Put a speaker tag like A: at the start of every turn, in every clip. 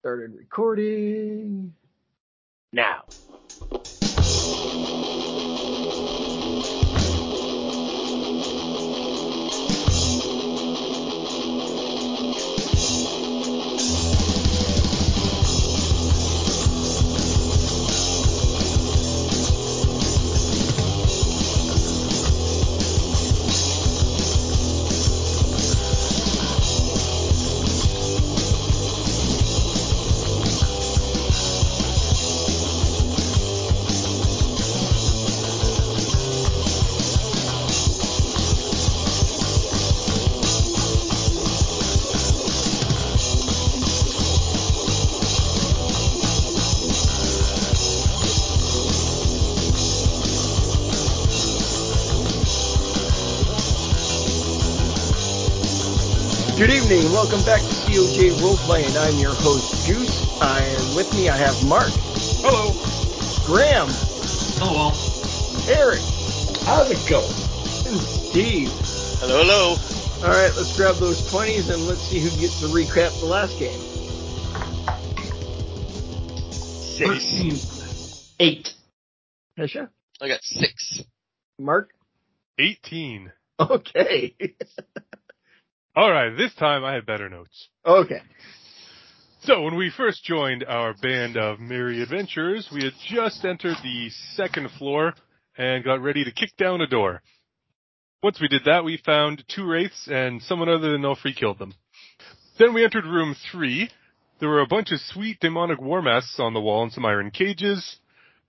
A: Started recording now. Good evening. Welcome back to COJ Roleplay, and I'm your host Juice. I am with me. I have Mark,
B: Hello.
A: Graham,
B: Hello.
A: Eric,
B: How's it going?
A: and Steve.
B: Hello, hello.
A: All right, let's grab those twenties and let's see who gets to recap the last game.
B: Six.
A: Eight. Hesha,
B: I got six.
A: Mark.
C: 18.
A: Okay.
C: All right, this time I had better notes.
A: okay.
C: So when we first joined our band of merry adventurers, we had just entered the second floor and got ready to kick down a door. Once we did that, we found two wraiths and someone other than Elfree killed them. Then we entered room three. There were a bunch of sweet demonic war masks on the wall and some iron cages.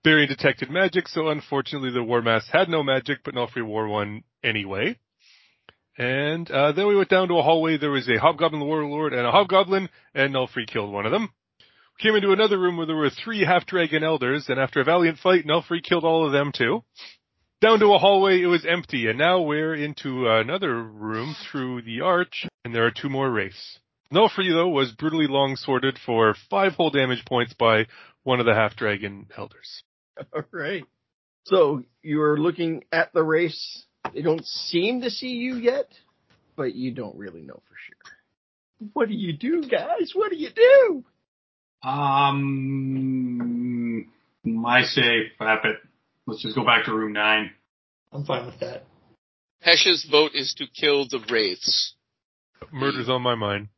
C: Barry detected magic, so unfortunately the war mask had no magic, but Nelfree wore one anyway. And uh, then we went down to a hallway. There was a hobgoblin warlord and a hobgoblin, and Nelfree killed one of them. Came into another room where there were three half-dragon elders, and after a valiant fight, Nelfree killed all of them too. Down to a hallway, it was empty, and now we're into another room through the arch, and there are two more wraiths. Nelfree, though, was brutally long-sworded for five whole damage points by one of the half-dragon elders.
A: All right. So you are looking at the race. They don't seem to see you yet, but you don't really know for sure. What do you do, guys? What do you do?
D: Um, I say crap it. Let's just go back to room nine.
E: I'm fine with that.
F: Hesh's vote is to kill the wraiths.
C: Murder's on my mind.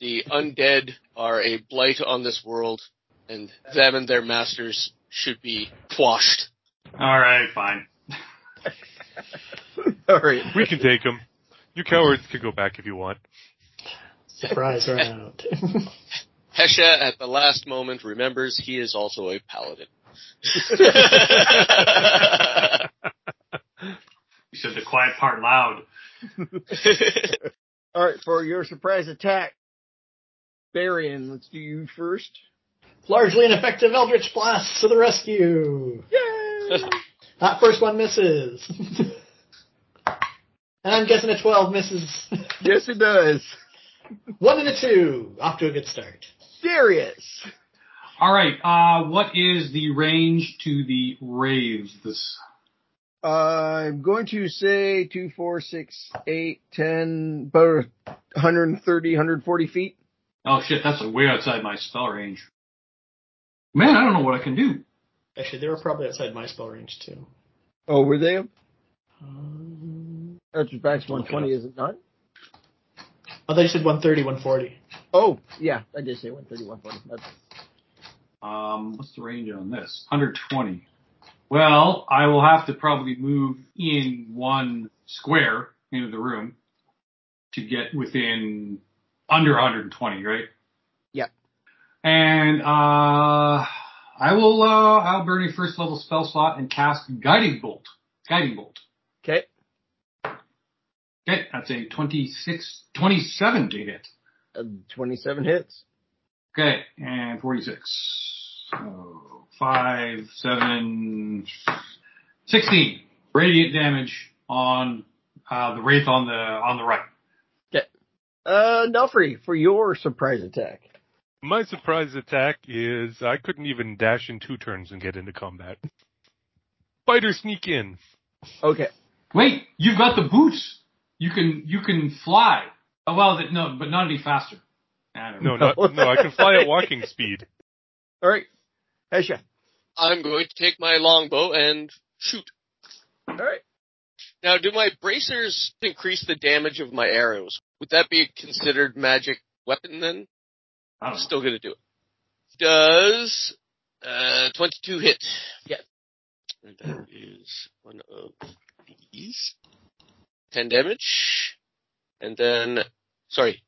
F: The undead are a blight on this world, and them and their masters should be quashed.
D: All right, fine.
A: All right.
C: We can take them. You cowards can go back if you want.
E: Surprise round.
F: Hesha, at the last moment, remembers he is also a paladin.
D: You said the quiet part loud.
A: All right. For your surprise attack, Barian, let's do you first.
E: Largely ineffective Eldritch Blast to the rescue.
A: Yay!
E: That first one misses. and I'm guessing a 12 misses.
A: yes, it does.
E: one and a 2. Off to a good start.
A: Darius.
D: All right. Uh, what is the range to the raves? This
A: I'm going to say two, four, six, eight, ten, about 130, 140 feet.
D: oh shit, that's way outside my spell range. Man, I don't know what I can do.
E: Actually, they were probably outside my spell range, too.
A: Oh, were they?
E: Um,
A: That's max
D: Look it
A: 120, is it not?
E: oh, they said 130, 140.
A: Oh, yeah, I did say 130, 140. That's,
D: Um, what's the range on this? 120. Well, I will have to probably move in one square into the room to get within under 120, right?
A: Yep.
D: And uh, I will uh, I'll burn a first level spell slot and cast guiding bolt. Guiding bolt.
A: okay.
D: Okay, that's a 26, 27 to hit.
A: Uh, 27 hits.
D: Okay, and 46. So, 5, 7, 16. Radiant damage on uh, the Wraith on the on the right.
A: Uh, Nelfree, for your surprise attack.
C: My surprise attack is I couldn't even dash in two turns and get into combat. Spider sneak in.
A: Okay.
D: Wait, you've got the boots. You can you can fly. Oh well, that, no, but not any faster. I don't
C: No,
D: know.
C: not, no, I can fly at walking speed.
A: All right. Hesha.
F: I'm going to take my longbow and shoot.
A: All right.
F: Now, do my bracers increase the damage of my arrows? Would that be considered magic weapon then?
D: I
F: I'm
D: don't know.
F: still gonna do it. Does uh, 22 hit?
A: Yes.
F: And that is one of these. 10 damage. And then, sorry.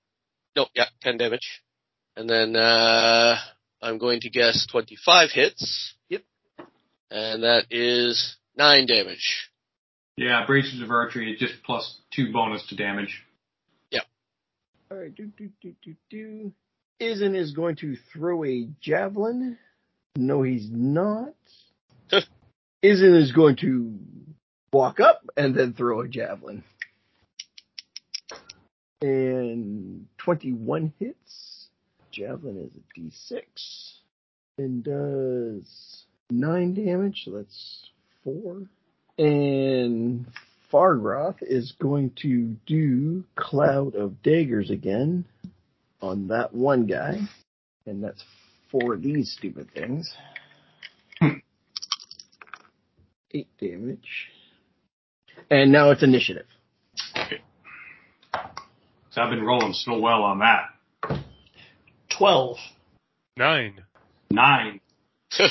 F: No, yeah, 10 damage. And then, uh, I'm going to guess 25 hits.
A: Yep.
F: And that is 9 damage.
D: Yeah, Bracers of Archery, it's just plus two bonus to damage.
A: All right. Do, do, do, do, do. Isn't is going to throw a javelin. No, he's not. Isn't is going to walk up and then throw a javelin. And 21 hits. Javelin is a d6 and does 9 damage, so that's 4. And Fargroth is going to do Cloud of Daggers again on that one guy. And that's four of these stupid things. Eight damage. And now it's initiative.
D: So I've been rolling so well on that.
E: Twelve.
C: Nine.
D: Nine.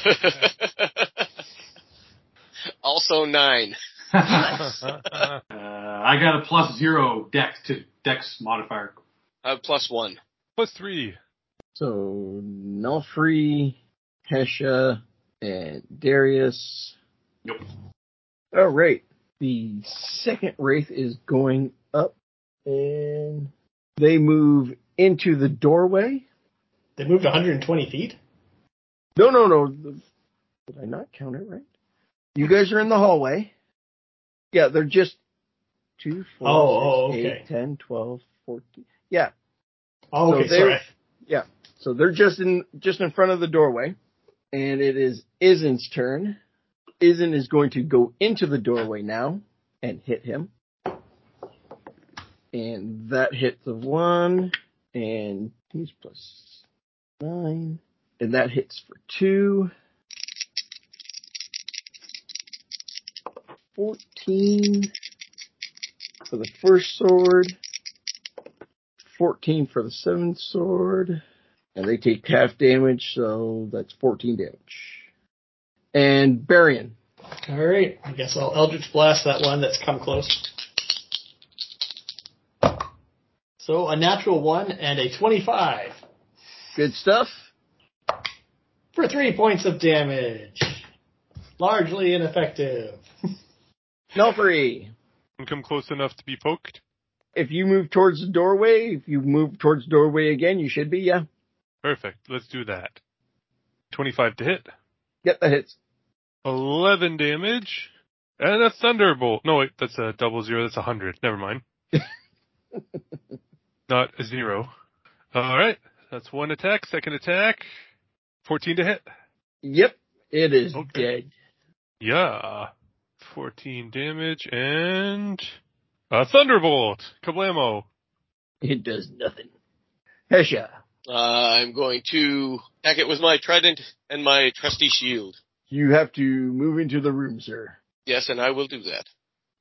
F: also 9.
D: uh, I got a plus zero dex to dex modifier.
F: Uh, plus 1.
C: Plus three.
A: So Nalfree, Hesha, and Darius.
D: Yep.
A: All right. The second wraith is going up, and they move into the doorway.
E: They moved 120 feet.
A: No, no, no. the- Did I not count it right? You guys are in the hallway. Yeah, they're just two, four,
E: Oh,
A: six,
E: oh,
A: eight,
E: okay.
A: 10, 12, 14. Yeah,
E: Oh,
A: So
E: okay,
A: they-
E: sorry.
A: so they're just in just in front of the doorway, and it is Izen's turn. Izen is going to go into the doorway now and hit him, and that hits a one, and he's plus nine, and that hits for two. 14 for the first sword, 14 for the seventh sword, and they take half damage, so that's 14 damage. And Barian.
E: All right, I guess I'll Eldritch Blast that one that's come close. So a natural one and a 25
A: Good stuff.
E: for three points of damage. Largely ineffective.
A: Nelfree.
C: Don't Come close enough to be poked.
A: If you move towards the doorway, if you move towards the doorway again, you should be, yeah.
C: Perfect. Let's do that. 25 to hit.
A: Get the hits.
C: 11 damage. And a thunderbolt. No, wait, that's a double zero. That's a hundred. Never mind. Not a zero. All right. That's one attack. Second attack. 14 to hit.
A: Yep, it is
C: Okay.
A: dead.
C: Yeah. 14 damage and a thunderbolt. Kablamo.
A: It does nothing. Hesha.
F: Uh, I'm going to attack it with my trident and my trusty shield.
A: You have to move into the room, sir.
F: Yes, and I will do that.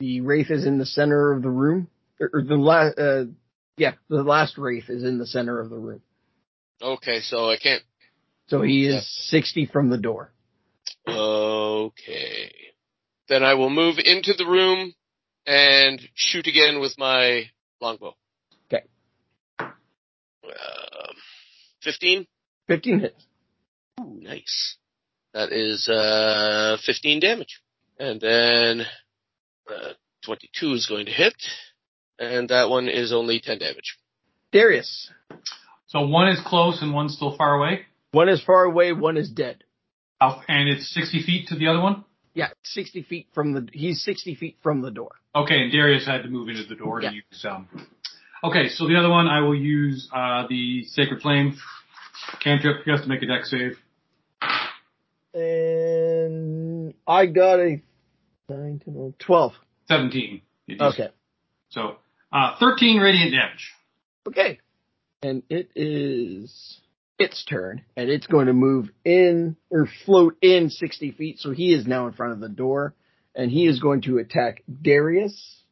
A: The wraith is in the center of the room. Or, or the last, uh, yeah, the last wraith is in the center of the room.
F: Okay, so I can't.
A: So he is
F: Yeah.
A: 60 from the door.
F: Okay. Then I will move into the room and shoot again with my longbow.
A: Okay.
F: Um, 15?
A: 15 hits.
F: Ooh, nice. That is uh, 15 damage. And then uh, 22 is going to hit. And that one is only 10 damage.
A: Darius.
D: So one is close and one's still far away.
A: One is far away, one is dead.
D: How- And it's 60 feet to the other one?
A: Yeah, 60 feet from the, he's 60 feet from the door.
D: Okay, and Darius had to move into the door
A: Yeah.
D: to use. Um, okay, so the other one I will use uh, the Sacred Flame cantrip. He has to make a deck save.
A: And I got a 9, 10, 11, 12.
D: 17. It is-
A: Okay.
D: So uh, 13 radiant damage.
A: Okay. and it is its turn, and it's going to move in or float in 60 feet. So he is now in front of the door, and he is going to attack Darius.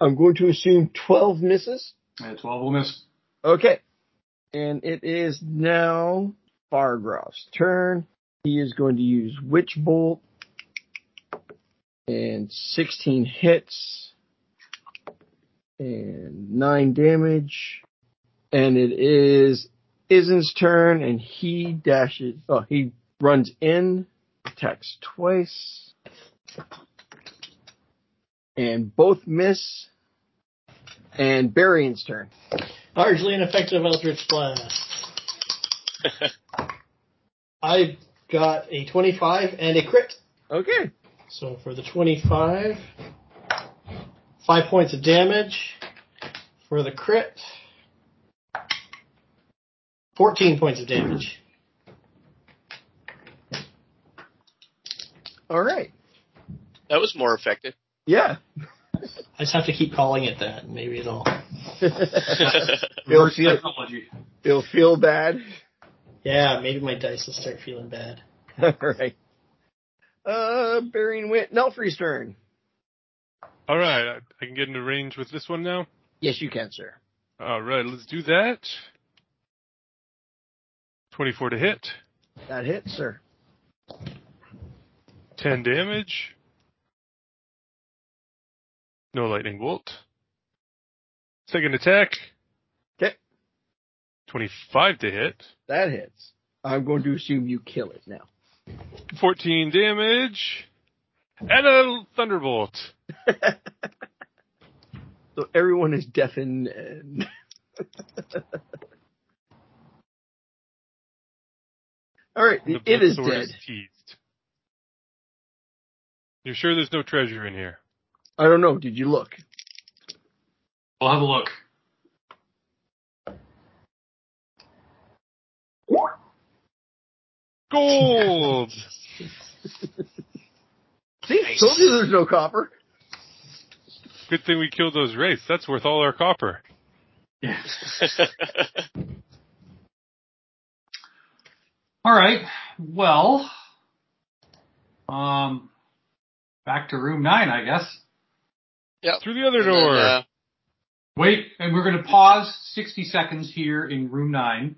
A: I'm going to assume 12 misses.
D: And 12 will miss.
A: Okay. And it is now Fargroff's turn. He is going to use Witch Bolt. And 16 hits. And 9 damage. And it is Isen's turn, and he dashes. Oh, he runs in, attacks twice. And both miss. And Barian's turn.
E: Largely ineffective Eldritch Blast. I got a 25 and a crit.
A: Okay.
E: So for the 25, 5 points of damage. For the crit, 14 points of damage.
A: All right.
F: That was more effective.
A: Yeah.
E: I just have to keep calling it that, and maybe it'll.
A: It'll
D: Reverse
A: feel,
D: psychology.
A: it'll feel bad.
E: Yeah, maybe my dice will start feeling bad.
A: All right. Uh, Bearing Wit, Nelfry's turn.
C: All right, I, I can get into range with this one now.
A: Yes, you can, sir.
C: All right, let's do that. 24 to hit,
A: That hits, sir.
C: 10 damage. No lightning bolt. Second attack.
A: 'Kay.
C: 25 to hit,
A: That hits. I'm going to assume you kill it now.
C: 14 damage, and a thunderbolt.
A: So everyone is deafened and. All right,
C: The
A: it is
C: bloodsword
A: dead.
C: teased. You're sure there's no treasure in here?
A: I don't know. Did you look?
D: We'll have a look.
C: Gold!
A: See, told you there's no copper.
C: Good thing we killed those wraiths. That's worth all our copper.
D: Yeah.
F: Nice.
D: All right. Well, um, back to room nine, I guess.
C: Through the other
F: And then,
C: door.
F: uh,
D: Wait, and we're going to pause 60 seconds here in room nine.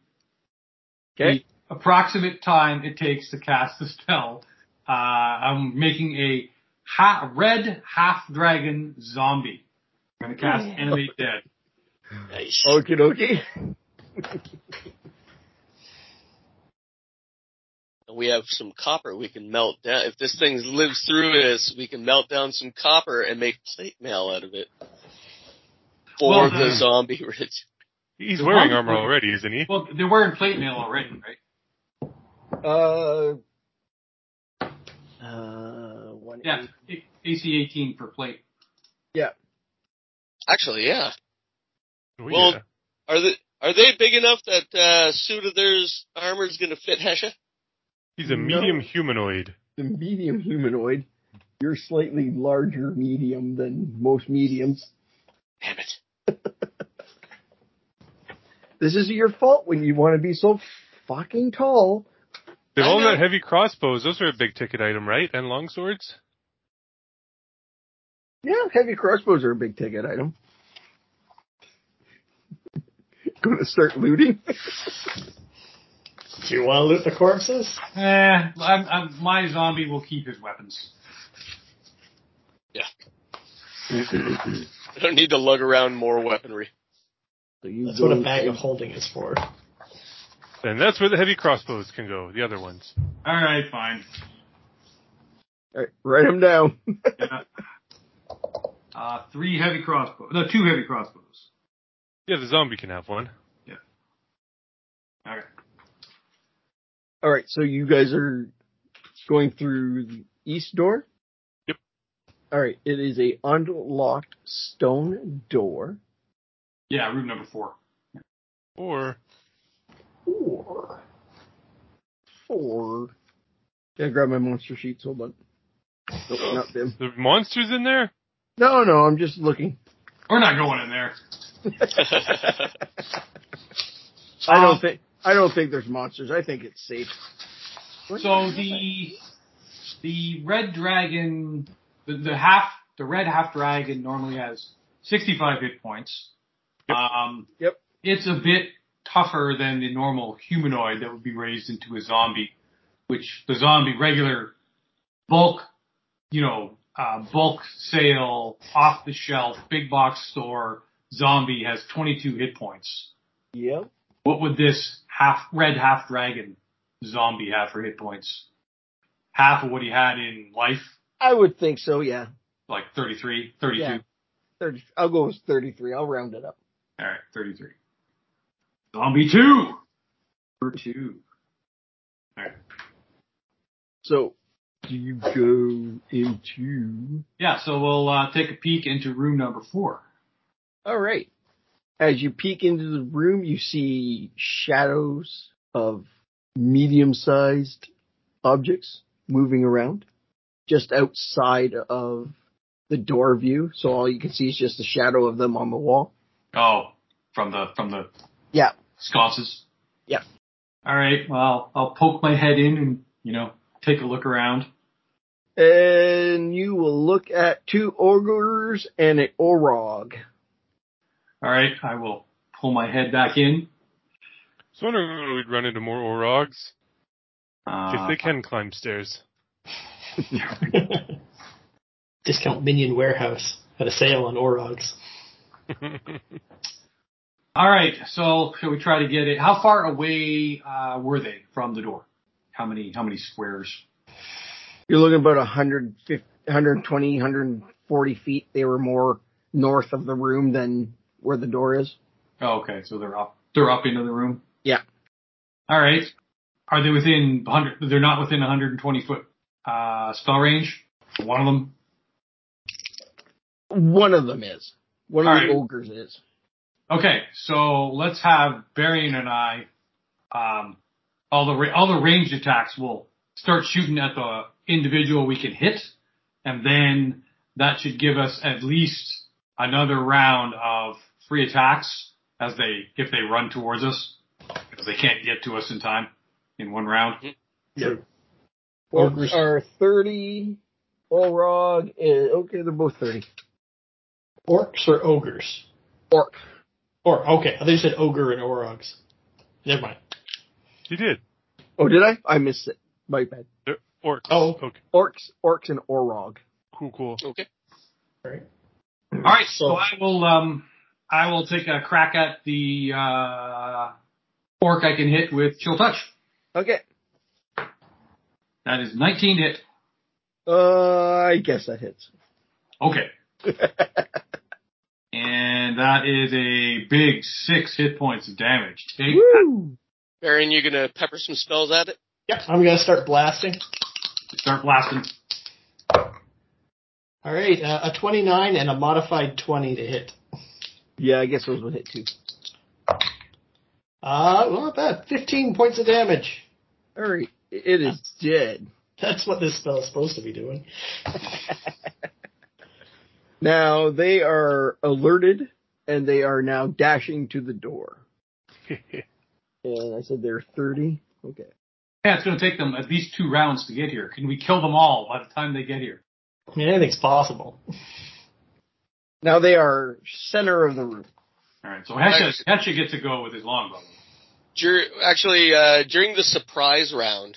A: Okay.
D: The approximate time it takes to cast the spell. Uh, I'm making a ha- red half dragon zombie. I'm going to cast animate dead.
F: nice.
A: Okie dokie.
F: we have some copper we can melt down. If this thing lives through us, we can melt down some copper and make plate mail out of it. For
D: Well,
F: the
D: uh,
F: zombie rich.
C: He's
D: The
C: wearing
D: one-
C: armor already, isn't he?
D: Well, they're wearing plate mail already, right?
A: Uh, uh, one.
D: Yeah. A- AC 18 per plate.
F: Actually, yeah.
C: Oh,
F: Well-
C: yeah.
F: Are they are they big enough that uh suit of theirs armor's gonna fit Hesha?
C: He's a
A: No.
C: medium humanoid.
A: the medium humanoid. You're slightly larger medium than most mediums.
F: Damn it.
A: This is your fault when you want to be so fucking tall.
C: They've
F: I
C: all
F: know.
C: got heavy crossbows. Those are a big ticket item, right? And long swords?
A: Yeah, heavy crossbows are a big ticket item. Gonna start looting.
E: Do you want to loot the corpses?
D: Eh, I'm, I'm, my zombie will keep his weapons.
F: I don't need to lug around more weaponry.
A: So you
E: That's what a
A: go-
E: bag of holding is for.
C: And that's where the heavy crossbows can go, the other ones.
D: All right, fine.
A: All right, write them down.
D: Yeah. Uh, three heavy crossbows. No, two heavy crossbows.
C: Yeah, the zombie can have one.
D: All right.
A: All right, so you guys are going through the east door.
C: Yep.
A: All right, it is a unlocked stone door.
D: Yeah, room number four.
C: Or
E: Or
A: Or yeah, grab my monster sheets. Hold on. Nope, not them.
C: the monsters in there?
A: No, no, I'm just looking.
D: We're not going in there.
A: I
D: Um,
A: don't think I don't think there's monsters. I think it's safe. What
D: So
A: is that?
D: the the red dragon, the, the half, the red half dragon normally has 65 hit points. Um,
A: Yep.
D: It's a bit tougher than the normal humanoid that would be raised into a zombie, which the zombie regular bulk, you know, uh, bulk sale, off the shelf, big box store zombie has 22 hit points.
A: yep.
D: What would this half red half dragon zombie have for hit points? Half of what he had in life,
A: I would think so. Yeah.
D: like 33, 32.
A: Yeah. Thirty. I'll go with thirty-three. I'll round it up.
D: All right, 33. Zombie 2! Number 2.
A: So do you go into?
D: Yeah, so we'll uh, take a peek into room number 4.
A: All right. As you peek into the room, you see shadows of medium-sized objects moving around just outside of the door view. So all you can see is just the shadow of them on the wall.
D: Oh, from the, from the
A: Yeah.
D: sconces?
A: Yeah.
D: All right, well, I'll poke my head in and, you know, take a look around.
A: And you will look at two ogres and an orog.
D: All right, I will pull my head back in.
C: So I wonder if we'd run into more Orogs
D: Uh,
C: if they can climb stairs.
E: Discount Minion Warehouse had a sale on Orogs.
D: All right, so shall we try to get it? How far away uh, were they from the door? How many? How many squares?
A: You're looking about 150, 120, 140 feet. They were more north of the room than where the door is.
D: Oh, okay, so they're up. They're up into the room.
A: Yeah.
D: All right. Are they within 100? They're not within 120 foot uh, spell range. One of them.
A: One of them is. One of
D: All
A: the
D: right.
A: ogres is.
D: Okay, so let's have Barian and I. Um, all the ra- all the ranged attacks will start shooting at the individual we can hit, and then that should give us at least another round of free attacks as they if they run towards us because they can't get to us in time in one round.
A: Ogres are 30. Orog is, okay, they're both 30.
E: Orcs or ogres?
A: Orc.
E: Or okay, I think you said ogre and orogs. Never mind.
C: you did.
A: Oh, did I? I missed it. My bad.
C: They're orcs.
E: Oh.
C: Okay.
A: Orcs, orcs and orog.
C: Cool, cool.
F: okay.
D: All right, so
E: So-
D: I will um I will take a crack at the uh, orc I can hit with chill touch.
A: Okay.
D: That is 19 hit.
A: Uh, I guess that hits.
D: Okay. And that is a big six hit points of damage. Take
A: Woo!
F: Baron, you're gonna pepper some spells at it.
E: Yep, I'm gonna start blasting.
D: start blasting.
E: All right, uh, a 29 and a modified 20 to hit.
A: Yeah, I guess those will hit too.
E: Uh, well, not bad. 15 points of damage.
A: All right. It is dead.
E: That's what this spell is supposed to be doing.
A: Now they are alerted and they are now dashing to the door. And I said they're 30. Okay.
D: Yeah, it's going to take them at least two rounds to get here. Can we kill them all by the time they get here?
E: I mean, anything's possible.
A: Now they are center of the room.
D: All right. So Hesha, Hesha gets to go with his longbow.
F: Dur- actually, uh, during the surprise round,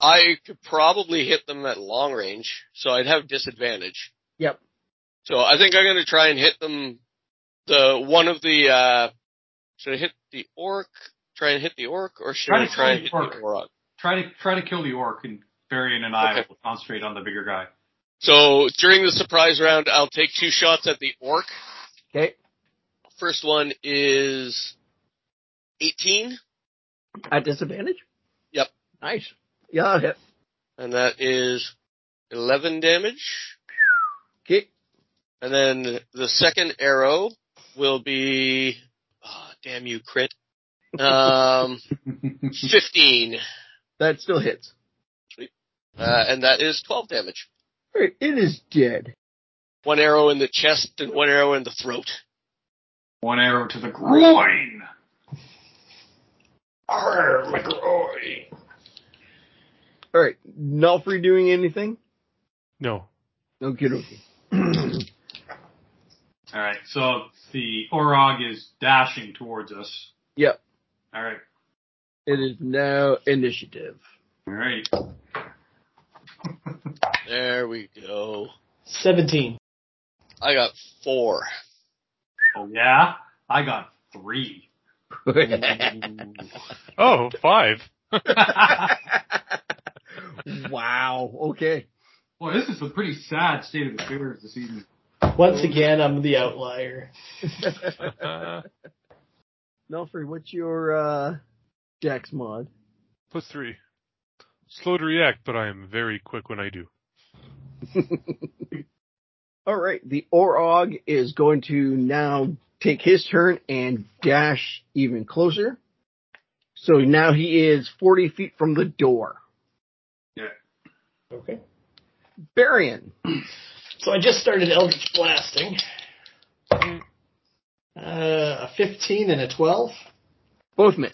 F: I could probably hit them at long range, so I'd have disadvantage.
A: Yep.
F: So I think I'm gonna try and hit them. The one of the uh, should I hit the orc? Try and hit the orc, or should
D: Try
F: I
D: to
F: try
D: kill
F: and
D: the
F: hit
D: orc.
F: the orc?
D: Try to try to kill the orc, and Varian and I
F: Okay.
D: will concentrate on the bigger guy.
F: So during the surprise round, I'll take two shots at the orc.
A: Okay.
F: First one is 18,
A: At disadvantage?
F: Yep.
A: Nice. Yeah, I'll hit.
F: and that is 11 damage.
A: Okay.
F: And then the second arrow will be, ah, damn you, crit. Um, 15.
A: That still hits.
F: Uh, and that is 12 damage.
A: All right. It is dead.
F: One arrow in the chest and one arrow in the throat.
D: One arrow to the groin.
A: All right, Nalfrey doing anything?
C: No.
A: No kidding.
D: All right. So the Orog is dashing towards us.
A: Yep,
D: All right.
A: it is now initiative.
D: All right.
F: There we go.
E: 17.
F: I got four.
D: Oh yeah. I got three.
C: Oh, five.
A: wow. Okay.
D: Well, this is a pretty sad state of affairs this evening.
E: Once again, I'm the outlier.
C: Uh,
A: Nalfrey, what's your uh Jax mod?
C: plus three. Slow to react, but I am very quick when I do.
A: All right, the Orog is going to now take his turn and dash even closer. So now he is 40 feet from the door.
E: Okay.
A: Barian,
E: So I just started Eldritch Blasting.
A: Mm.
E: Uh, a 15 and a 12.
A: both miss.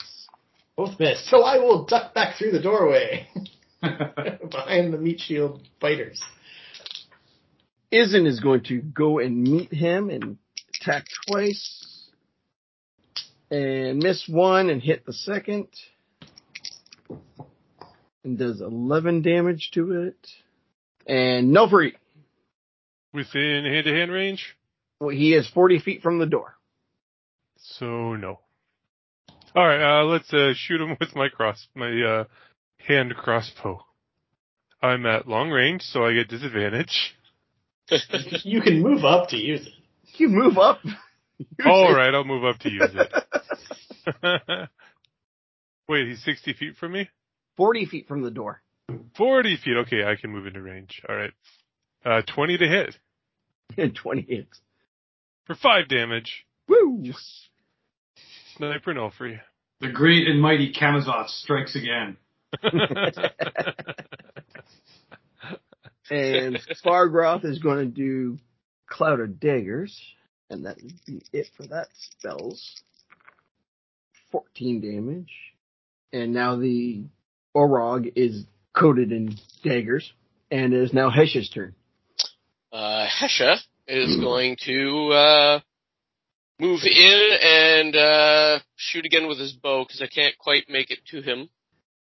E: Both missed. So I will duck back through the doorway behind the meat shield fighters.
A: Izen is going to go and meet him and attack twice. And miss one and hit the second. And does 11 damage to it. And Nelfree,
C: Within hand to hand range?
A: well, he is 40 feet from the door.
C: So no. All right, uh, let's uh, shoot him with my cross, my uh, hand crossbow. I'm at long range, so I get disadvantage.
E: You can move up to use it.
A: You move up.
C: All right, I'll move up to use it. Wait, he's 60 feet from me?
A: 40 feet from the door.
C: 40 feet. Okay, I can move into range. All right. Uh, 20 to hit
A: And 20 hits.
C: for 5 damage.
A: Woo!
C: Sniper and all free.
D: the great and mighty Kamazov strikes again.
A: And Fargroth is going to do Cloud of Daggers. And that would be it for that spells. 14 damage. And now the Orog is coated in daggers. And it is now Hesh's turn.
F: Uh, Hesha is going to uh, move in and uh, shoot again with his bow because I can't quite make it to him.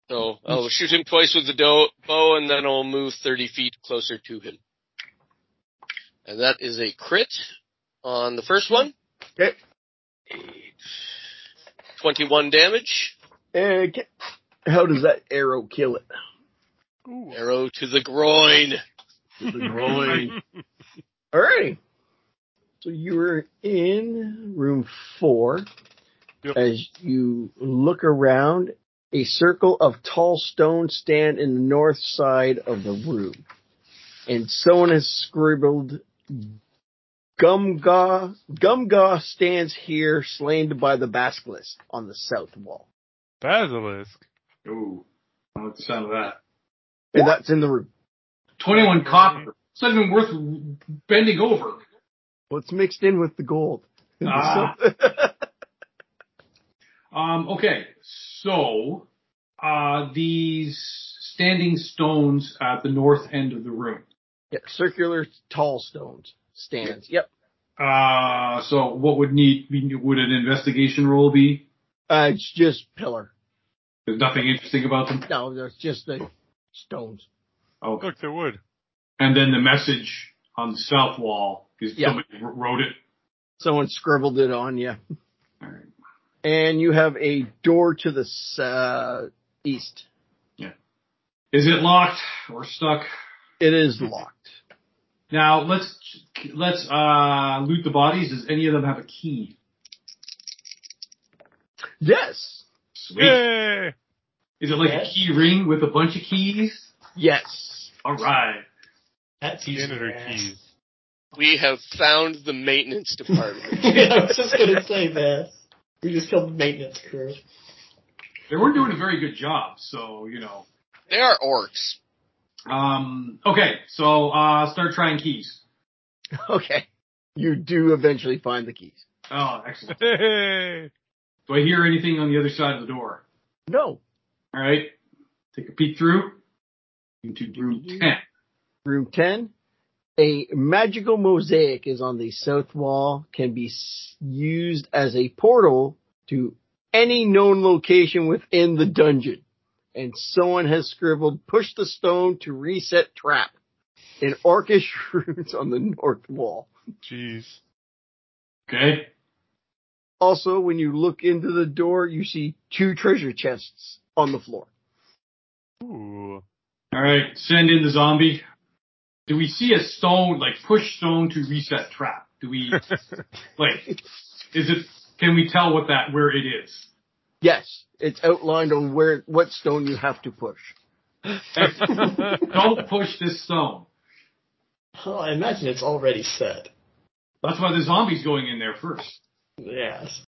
F: So I'll shoot him twice with the do- bow and then I'll move 30 feet closer to him. And that is a crit on the first one.
A: Okay.
F: 21 damage.
A: And ca- how does that arrow kill it?
F: Arrow to the groin.
A: The Alrighty. So you were in room four.
C: Yep.
A: As you look around, a circle of tall stones stand in the north side of the room. And someone has scribbled Gumga Gumga stands here slain by the basilisk on the south wall.
C: Basilisk.
D: Ooh, I like the sound of that.
A: And that's in the room.
D: 21 copper. It's not even worth bending over.
A: Well it's mixed in with the gold.
D: Ah.
A: So-
D: Um, okay, so uh, these standing stones at the north end of the room.
A: yeah, circular tall stones stands. Yep.
D: Uh, so what would need would an investigation roll be?
A: Uh, it's just pillar.
D: There's nothing interesting about them.
A: No, that's just the stones.
D: Okay,
C: Look, there would.
D: and then the message on the south wall is
A: Yeah.
D: somebody wrote it.
A: Someone scribbled it on you.
D: All right.
A: And you have a door to the s- uh, east.
D: Is it locked or stuck?
A: It is locked.
D: Now let's let's uh, loot the bodies. Does any of them have a key?
A: Yes.
D: Sweet.
C: Yay!
D: Is it like a
E: Yes.
D: key ring with a bunch of keys?
A: Yes.
D: All right.
E: That's
C: Keys
E: easy.
C: in it or
E: to ask.
C: keys?
F: We have found the maintenance department.
E: I was just going to say that. We just killed the maintenance crew.
D: They weren't doing a very good job, so you know.
F: they are orcs.
D: Um, okay, so uh, start trying keys.
A: Okay. You do eventually find the keys.
D: Oh, excellent.
C: Hey!
D: Do I hear anything on the other side of the door?
A: No.
D: All right. Take a peek through into room 10.
A: Room 10. A magical mosaic is on the south wall, can be s- used as a portal to any known location within the dungeon. And someone has scribbled, push the stone to reset trap in orcish runes on the north wall.
C: Jeez.
D: Okay.
A: Also, when you look into the door, you see two treasure chests on the floor.
C: Ooh.
D: All right. Send in the zombie. Do we see a stone, like push stone to reset trap? Do we, like, is it, can we tell what that, where it is?
A: Yes, it's outlined on where, what stone you have to push.
D: Excellent. Don't push this stone.
E: Well, Oh, I imagine it's already set.
D: That's why the zombie's going in there first.
E: Yes.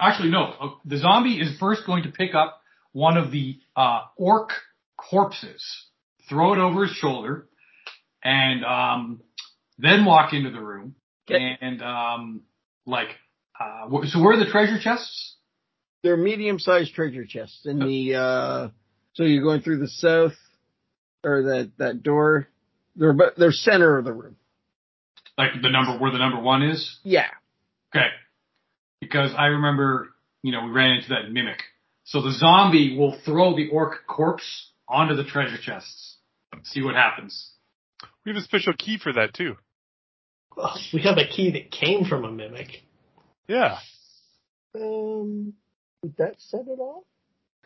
D: Actually, no. uh, The zombie is first going to pick up one of the uh, orc corpses, throw it over his shoulder, and um, then walk into the room.
A: Okay.
D: And um, like, uh, wh- so where are the treasure chests?
A: They're medium-sized treasure chests in the. uh So you're going through the south, or that that door. They're about, they're center of the room.
D: Like the number where the number one is.
A: Yeah.
D: Okay. Because I remember, you know, we ran into that mimic. So the zombie will throw the orc corpse onto the treasure chests. See what happens.
C: We have a special key for that too.
E: Well, we have a key that came from a mimic.
C: Yeah.
A: Um. Is that set at all?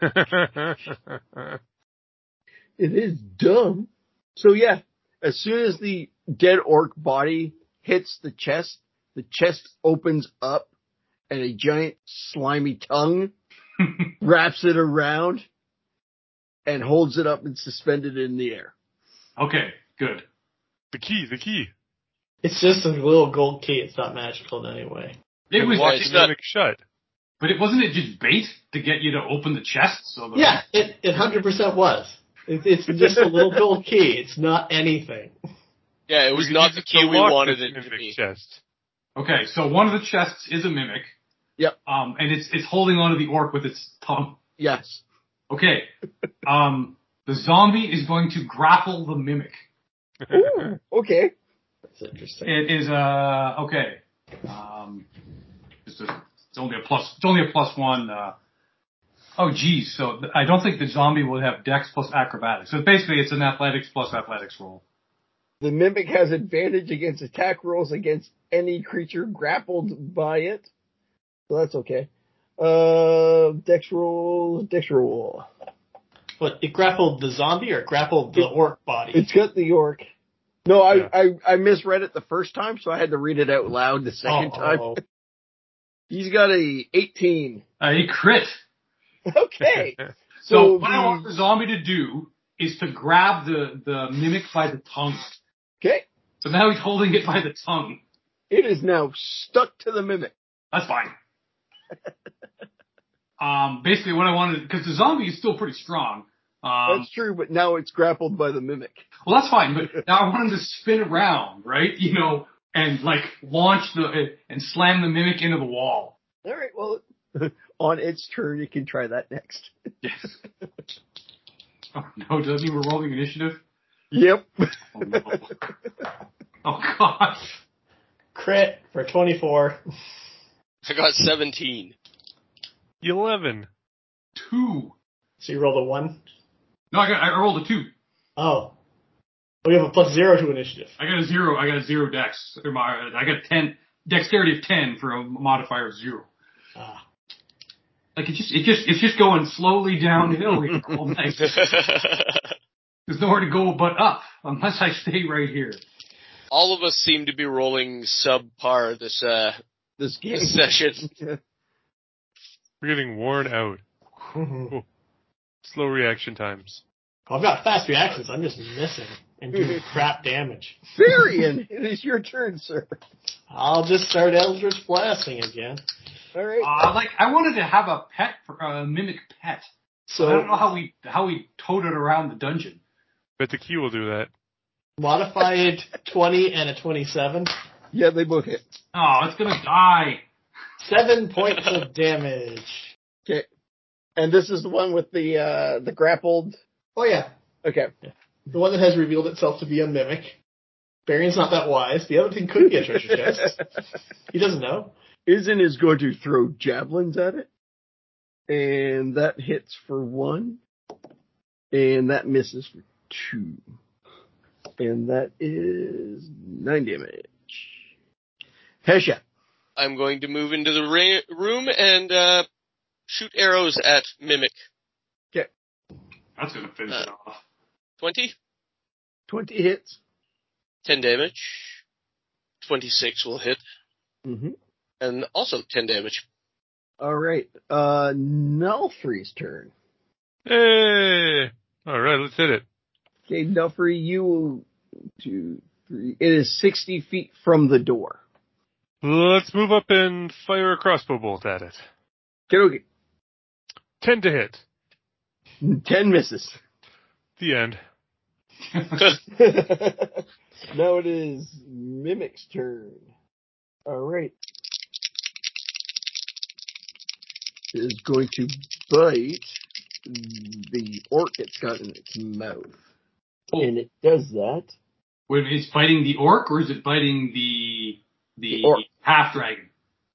C: okay.
A: It is dumb. So yeah, as soon as the dead orc body hits the chest, the chest opens up, and a giant slimy tongue wraps it around and holds it up and suspended in the air.
D: Okay, good.
C: The key, the key.
E: It's just a little gold key. It's not magical in any way.
D: It was,
F: why-
C: Lock the
F: it's not-
C: mimic shut.
D: but it wasn't it just bait to get you to open the chest? So the,
E: Yeah, it it hundred percent was. It, it's just a little gold key. It's not anything.
F: Yeah, it
C: We
F: was
C: could
F: not
C: use
F: the
C: to
F: key we
C: lock
F: wanted
C: this
F: it to
C: mimic
F: be.
C: chest.
D: Okay, so one of the chests is a mimic.
A: Yep.
D: Um, and it's it's holding onto the orc with its tongue.
A: Yes.
D: Okay. Um, the zombie is going to grapple the mimic.
A: Ooh, okay.
E: That's interesting.
D: It is uh okay. Um, it's, a, it's only a plus. It's only a plus one. Uh, oh, geez. So th- I don't think the zombie will have Dex plus acrobatics. So basically, it's an athletics plus athletics roll.
A: The mimic has advantage against attack rolls against any creature grappled by it. So that's okay. Uh, dex roll, dex roll.
E: What it grappled the zombie or grappled the orc body?
A: It's got the orc. No, I,
C: Yeah.
A: I, I misread it the first time, so I had to read it out loud the second
E: Oh,
A: time.
E: oh,
A: He's got a 18.
D: A crit.
A: Okay.
D: Uh, So,
A: So
D: what I want
A: the-
D: the zombie to do is to grab the, the mimic by the tongue.
A: okay.
D: So now he's holding it by the tongue.
A: It is now stuck to the mimic.
D: That's fine. um, basically what I wanted, cause the zombie is still pretty strong. Um,
A: That's true, but now it's grappled by the mimic.
D: well, that's fine, but now I want him to spin around, right? You know, and like launch the, and slam the mimic into the wall.
A: All right. Well, on its turn, you can try that next.
D: Yes. Oh no, does that mean we're rolling initiative?
A: Yep.
D: Oh no. oh god.
E: crit for twenty four.
F: I got 17.
C: Eleven.
D: Two.
E: So you rolled a one.
D: No, I got, I rolled a two.
E: Oh, we have a plus zero to initiative.
D: I got a zero. I got a zero dex. Or my- I got ten dexterity of ten for a modifier of zero.
E: Ah.
D: Like it just, it just, it's just going slowly downhill here all night. There's nowhere to go but up unless I stay right here.
F: All of us seem to be rolling subpar this uh
A: This game.
F: this session.
C: We're getting worn out.
E: I've
C: Slow reaction times.
E: got fast reactions. I'm just missing and doing crap damage.
A: Varian, it is your turn, sir.
E: I'll just start Eldritch Blasting again.
A: All right.
D: Uh, like I wanted to have a pet, for, a mimic pet.
E: So
D: I don't know how we how we towed it around the dungeon.
C: Bet the key will do that.
E: modified 20 and a 27.
A: Yeah, they both hit.
D: Oh, it's gonna die.
E: Seven points of damage.
A: And this is the one with the uh the grappled.
G: Oh yeah,
A: Okay.
G: the one that has revealed itself to be a mimic. Barion's not that wise. The other thing could be a treasure chest. He doesn't know.
A: Isn't is going to throw javelins at it, and that hits for one, and that misses for two, and that is nine damage. Hesha,
F: I'm going to move into the ra- room and uh, shoot arrows at Mimic.
D: That's gonna finish
F: Uh,
D: it off.
F: 20,
A: twenty hits.
F: 10 damage. 26 will hit,
A: Mm-hmm.
F: and also 10 damage.
A: All right, uh, Nelfry's turn.
C: Hey! All right, let's hit it.
A: Okay, Nelfry, you will two, three. It is sixty feet from the door.
C: Let's move up and fire a crossbow bolt at it.
A: Okay,
C: 10 to hit.
A: ten misses.
C: The end.
A: now it is Mimic's turn. Alright. Is going to bite the orc it's got in its mouth. And it does that.
D: Wait, a minute, it's biting the orc or is it biting the the,
A: The orc.
D: half dragon?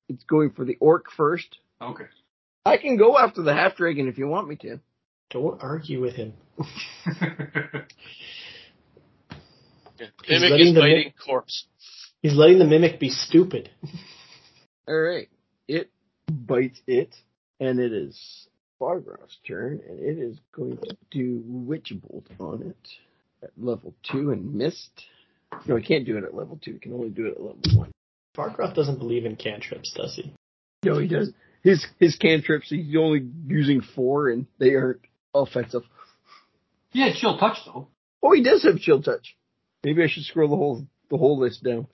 A: It's going for the orc first.
D: Okay.
A: I can go after the half dragon if you want me to.
E: Don't argue with him.
F: Yeah.
E: He's
F: Mimic
E: letting
F: is
E: the
F: fighting
E: mi-
F: corpse.
E: He's letting the mimic be stupid.
A: Alright. It bites it. And it is Fargroth's turn. And it is going to do Witch Bolt on it. at level two and missed. No, I can't do it at level two. You can only do it at level one.
E: Barkroft doesn't believe in cantrips, does he?
A: No, he does. His his cantrips. He's only using four, and they are offensive.
D: yeah, chill touch though.
A: Oh, he does have chill touch. Maybe I should scroll the whole the whole list down.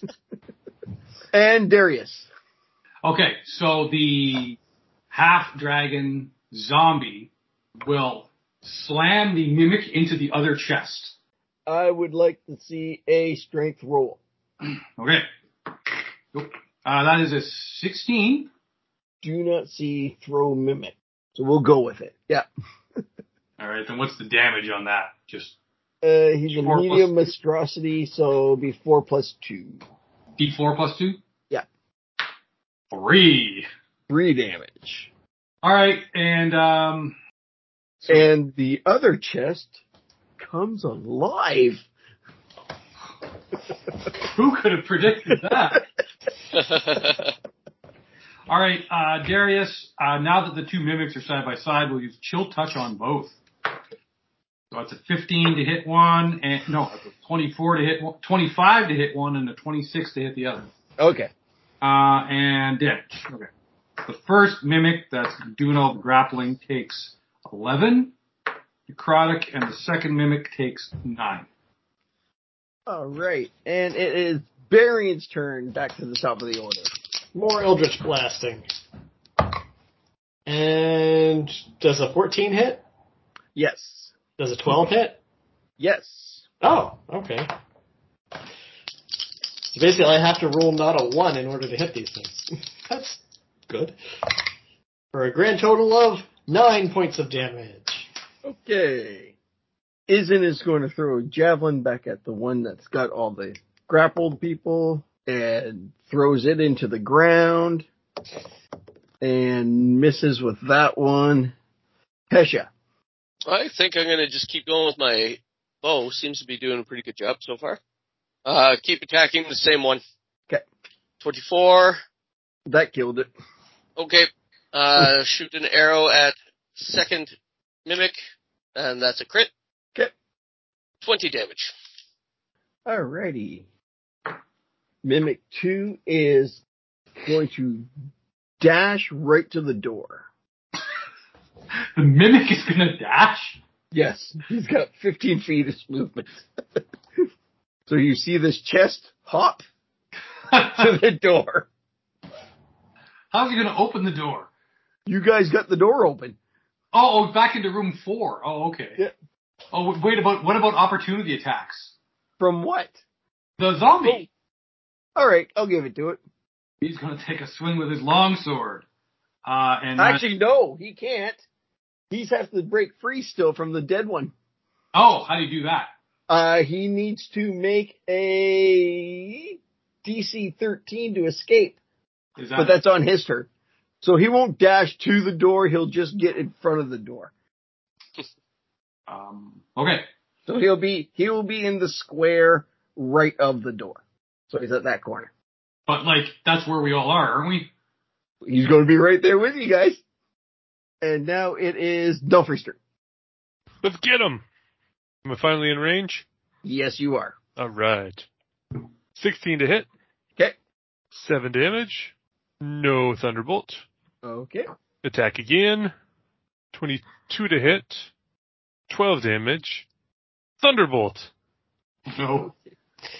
A: and Darius.
D: Okay, so the half dragon zombie will slam the mimic into the other chest.
A: I would like to see a strength roll.
D: Okay. Nope. Uh, that is a 16.
A: Do not see throw mimic. So we'll go with it. Yeah.
D: All right, then what's the damage on that? Just
A: Uh, he's a
D: Four plus-
A: medium monstrosity, so it'll be four plus two.
D: d4 plus 2?
A: Yeah.
D: 3.
A: Three damage.
D: All right, and um,
A: and the other chest comes alive.
D: who could have predicted that? All right, uh, Darius, uh, now that the two mimics are side by side, we'll use Chill Touch on both. So it's a 15 to hit one, and no, it's a 24 to hit one, 25 to hit one, and a 26 to hit the other.
A: Okay.
D: Uh, and damage. Okay. The first mimic that's doing all the grappling takes 11 necrotic, and the second mimic takes 9.
A: All right. And it is Barion's turn back to the top of the order.
E: More Eldritch Blasting. And does a 14 hit?
A: Yes.
E: Does a 12 hit?
A: Yes.
E: Oh, okay. So basically, I have to roll not a 1 in order to hit these things. That's good. For a grand total of 9 points of damage.
A: Okay. Izan is going to throw a javelin back at the one that's got all the grappled people and throws it into the ground and misses with that one. Hesha.
F: I think I'm going to just keep going with my bow. Seems to be doing a pretty good job so far. Uh, keep attacking the same one.
A: 'Kay.
F: 24.
A: That killed it.
F: Okay. Uh, shoot an arrow at second mimic, and that's a crit.
A: 'Kay.
F: 20 damage.
A: Alrighty. Mimic 2 is going to dash right to the door.
D: The mimic is gonna dash?
A: Yes, he's got 15 feet of movement. so you see this chest hop to the door.
D: How's he gonna open the door?
A: You guys got the door open.
D: Oh, oh, back into room four. Oh, okay.
A: Yeah.
D: Oh, w- wait about what about opportunity attacks?
A: From what?
D: The zombie.
A: Oh. All right, I'll give it to it.
D: He's going to take a swing with his longsword. Uh, and that-
A: Actually, no, he can't. He's has to break free still from the dead one.
D: oh, how do you do that?
A: Uh, he needs to make a DC 13 to escape,
D: Is that
A: but that's on his turn. So he won't dash to the door. He'll just get in front of the door.
D: um, okay?
A: So he'll be, he will be in the square right of the door. So he's at that corner.
D: But like that's where we all are, aren't we?
A: He's going to be right there with you guys. And now it is Dumfries' turn.
C: Let's get him. Am I finally in range?
A: Yes, you are.
C: All right. 16 to hit.
A: 'Kay.
C: 7 damage. No Thunderbolt.
A: Okay.
C: Attack again. 22 to hit. 12 damage. Thunderbolt
D: No.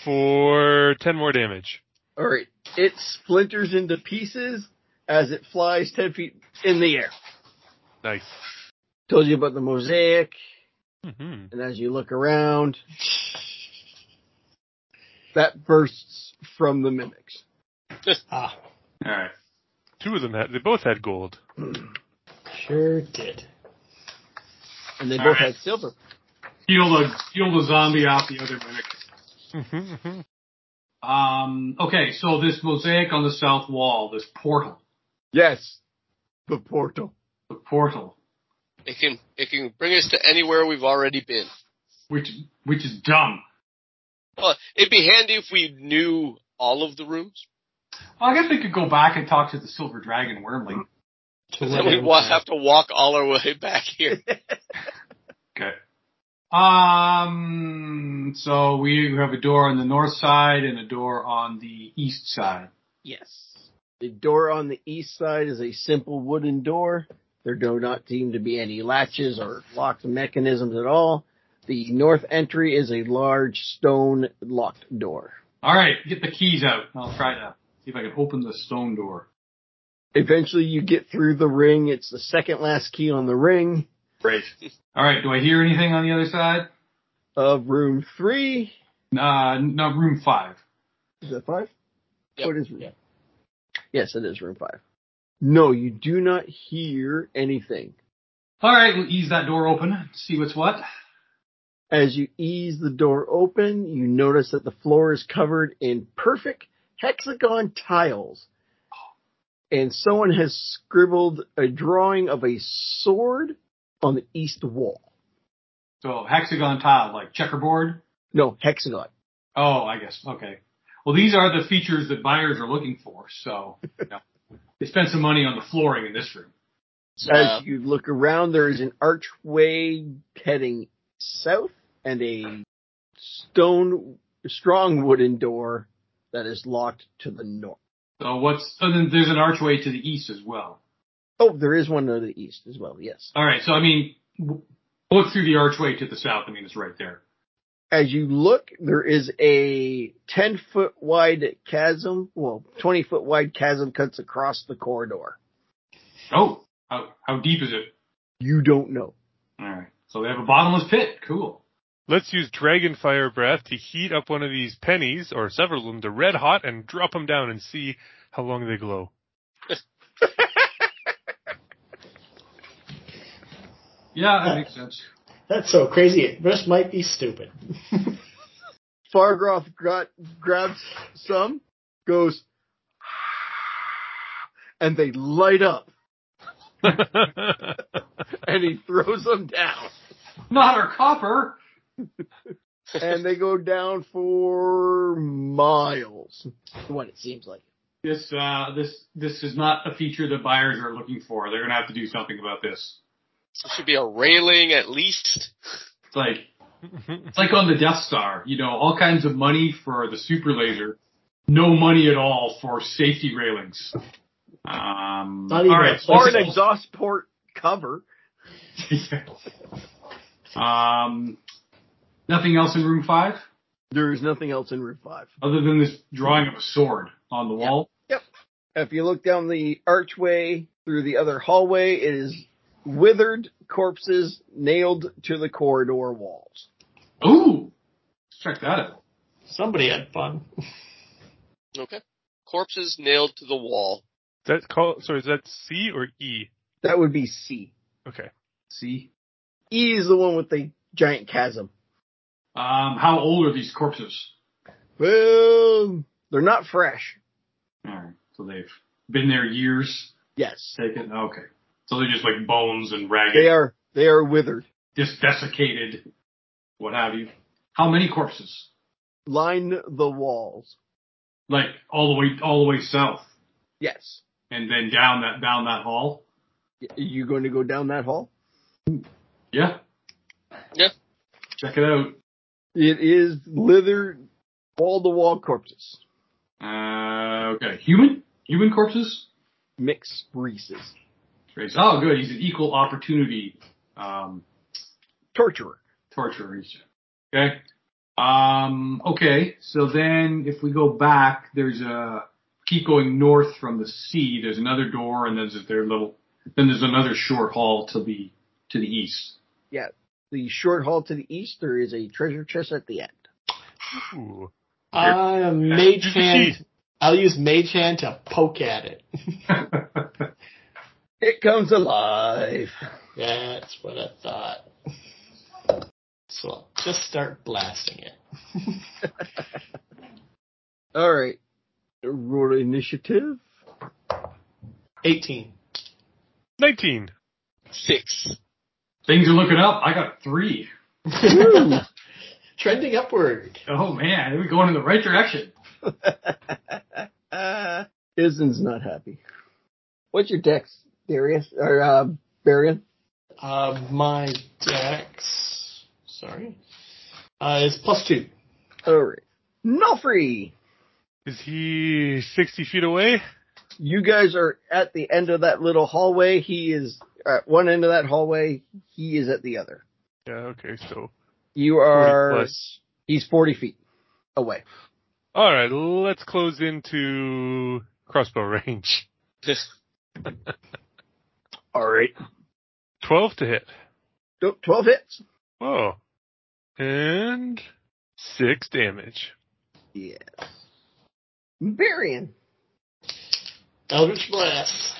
C: for 10 more damage.
A: All right. It splinters into pieces as it flies 10 feet in the air.
C: Nice.
A: Told you about the mosaic.
C: hmm
A: And as you look around, that bursts from the mimics.
E: Ah,
D: All right.
C: Two of them had, they both had gold.
E: sure did.
A: And they
D: All
A: both
D: right.
A: had silver.
D: Heal the heal the zombie off the other mimic.
C: Mm-hmm, hmm
D: Um, okay, so this mosaic on the south wall, this portal,
A: Yes. The portal.
D: the portal,
F: It can it can bring us to anywhere we've already been.
D: which which is dumb.
F: Well, it'd be handy if we knew all of the rooms.
D: Well, I guess we could go back and talk to the silver dragon Wormley.
E: To
F: Then we wa- have to walk all our way back here.
D: Okay. Um, so we have a door on the north side and a door on the east side.
A: Yes. The door on the east side is a simple wooden door. There do not seem to be any latches or locked mechanisms at all. The north entry is a large stone locked door.
D: All right, get the keys out. I'll try to see if I can open the stone door.
A: Eventually you get through the ring. It's the second last key on the ring
D: Great. All right, do I hear anything on the other side?
A: of room three.
D: Uh, no, room five.
A: Is that five?
F: Yep.
A: What is room? Yes, it is room five. No, you do not hear anything.
D: All right, we'll ease that door open, see what's what.
A: As you ease the door open, you notice that the floor is covered in perfect hexagon tiles. And someone has scribbled a drawing of a sword on the east wall.
D: So hexagon tile, like checkerboard.
A: No, hexagon.
D: Oh, I guess. Okay. Well, these are the features that buyers are looking for. So you know, they spent some money on the flooring in this room.
A: As
F: So,
A: you look around, there is an archway heading south and a stone, strong wooden door that is locked to the north.
D: So what's? And then there's an archway to the east as well.
A: Oh, there is one to the east as well, yes.
D: All right. So I mean, w- look through the archway to the south. I mean, it's right there.
A: As you look, there is a 10 foot wide chasm, well, 20 foot wide chasm cuts across the corridor.
D: Oh, how how deep is it?
A: You don't know.
D: All right. So they have a bottomless pit. Cool.
C: Let's use Dragon Fire Breath to heat up one of these pennies, or several of them, to red hot and drop them down and see how long they glow.
D: Yeah, that makes sense.
E: That's so crazy. It just might be stupid.
A: Fargroth got, grabs some, goes, "Ah," and they light up, and he throws them down.
D: Not our copper.
A: and they go down for miles. What it seems like.
D: This uh, this this is not a feature that buyers are looking for. They're gonna have to do something about this.
F: it should be a railing at least.
D: It's like It's like on the Death Star, you know, all kinds of money for the super laser, no money at all for safety railings. Um,
E: Not even
D: all right,
E: a
D: so
A: Or
D: this
A: an
D: is-
A: exhaust port cover.
D: um, nothing else in room five
A: There is nothing else in Route 5.
D: other than this drawing of a sword on the wall.
A: If you look down the archway through the other hallway, it is withered corpses nailed to the corridor walls.
D: Ooh, let's check that out.
E: Somebody had fun.
F: Okay. corpses nailed to the wall.
C: That call. Sorry, is that C or E?
A: That would be C.
C: Okay.
D: See?
A: E is the one with the giant chasm.
D: Um, how old are these corpses?
A: Boom! They're not fresh.
D: All right. So they've been there years.
A: Yes.
D: Taken. Okay. So they're just like bones and ragged,
A: They are they are withered.
D: just desiccated, what have you. How many corpses?
A: Line the walls.
D: Like all the way, all the way south,
A: Yes.
D: and then down that down that hall.
A: Y- You going to go down that hall?
D: Yeah.
F: Yeah.
D: Check it out.
A: It is lither all the wall corpses.
D: Uh, okay. Human? Human corpses?
A: Mixed races.
D: Trace. Oh, good. He's an equal opportunity um,
A: Torturer.
D: torturer. He's- Okay. Um, okay. So then if we go back, there's a, keep going north from the sea. There's another door and there's their little, then there's another short hall to the, to the east.
A: The short hall to the east, there is a treasure chest at the end.
C: Ooh.
E: Uh, mage
C: Use the
E: hand. I'll use mage hand to poke at it.
A: It comes alive.
E: That's what I thought. So I'll just start blasting it.
A: All right. Roll initiative.
E: 18.
C: Nineteen.
F: Six.
D: Things are looking up. I got three.
E: Trending upward.
D: Oh man, we're going in the right direction.
A: uh, Isn's not happy. What's your dex, Darius or uh, Barian?
E: Uh, my dex. Sorry. Uh, is plus two.
A: All right. Nofri,
C: Is he sixty feet away?
A: you guys are at the end of that little hallway. He is at one end of that hallway. He is at the other.
C: Yeah. Okay. So.
A: You
C: 40
A: are.
C: plus.
A: He's forty feet away.
C: All right. Let's close into crossbow range.
A: All right.
C: Twelve to hit.
A: Twelve hits.
C: Oh. And six damage.
A: Yes. Barian,
E: Eldritch Blast.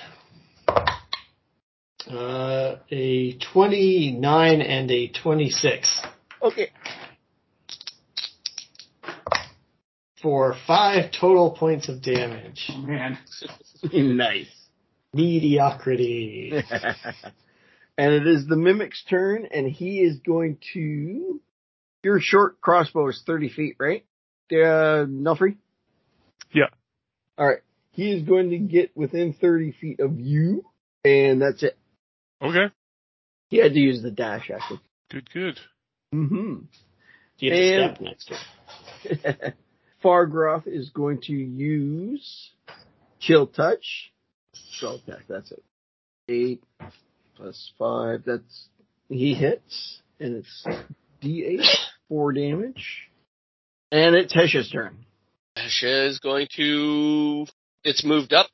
E: Uh, a 29 and a 26
A: okay.
E: for five total points of damage.
D: Oh man.
A: nice.
E: Mediocrity.
A: and it is the mimic's turn, and he is going to. Your short crossbow is 30 feet, right? Uh, Nuffrey?
C: Yeah.
A: All right. He is going to get within 30 feet of you, and that's it.
C: Okay.
A: He had to use the dash action.
C: Good. Good.
A: Mm-hmm.
E: Do you have
A: And-
E: a step next to it?
A: Fargroth is going to use Chill Touch. Spell attack, that's it. Eight plus five, that's he hits, and it's D eight, four damage. And it's Hesha's turn.
F: Asha is going to. It's moved up.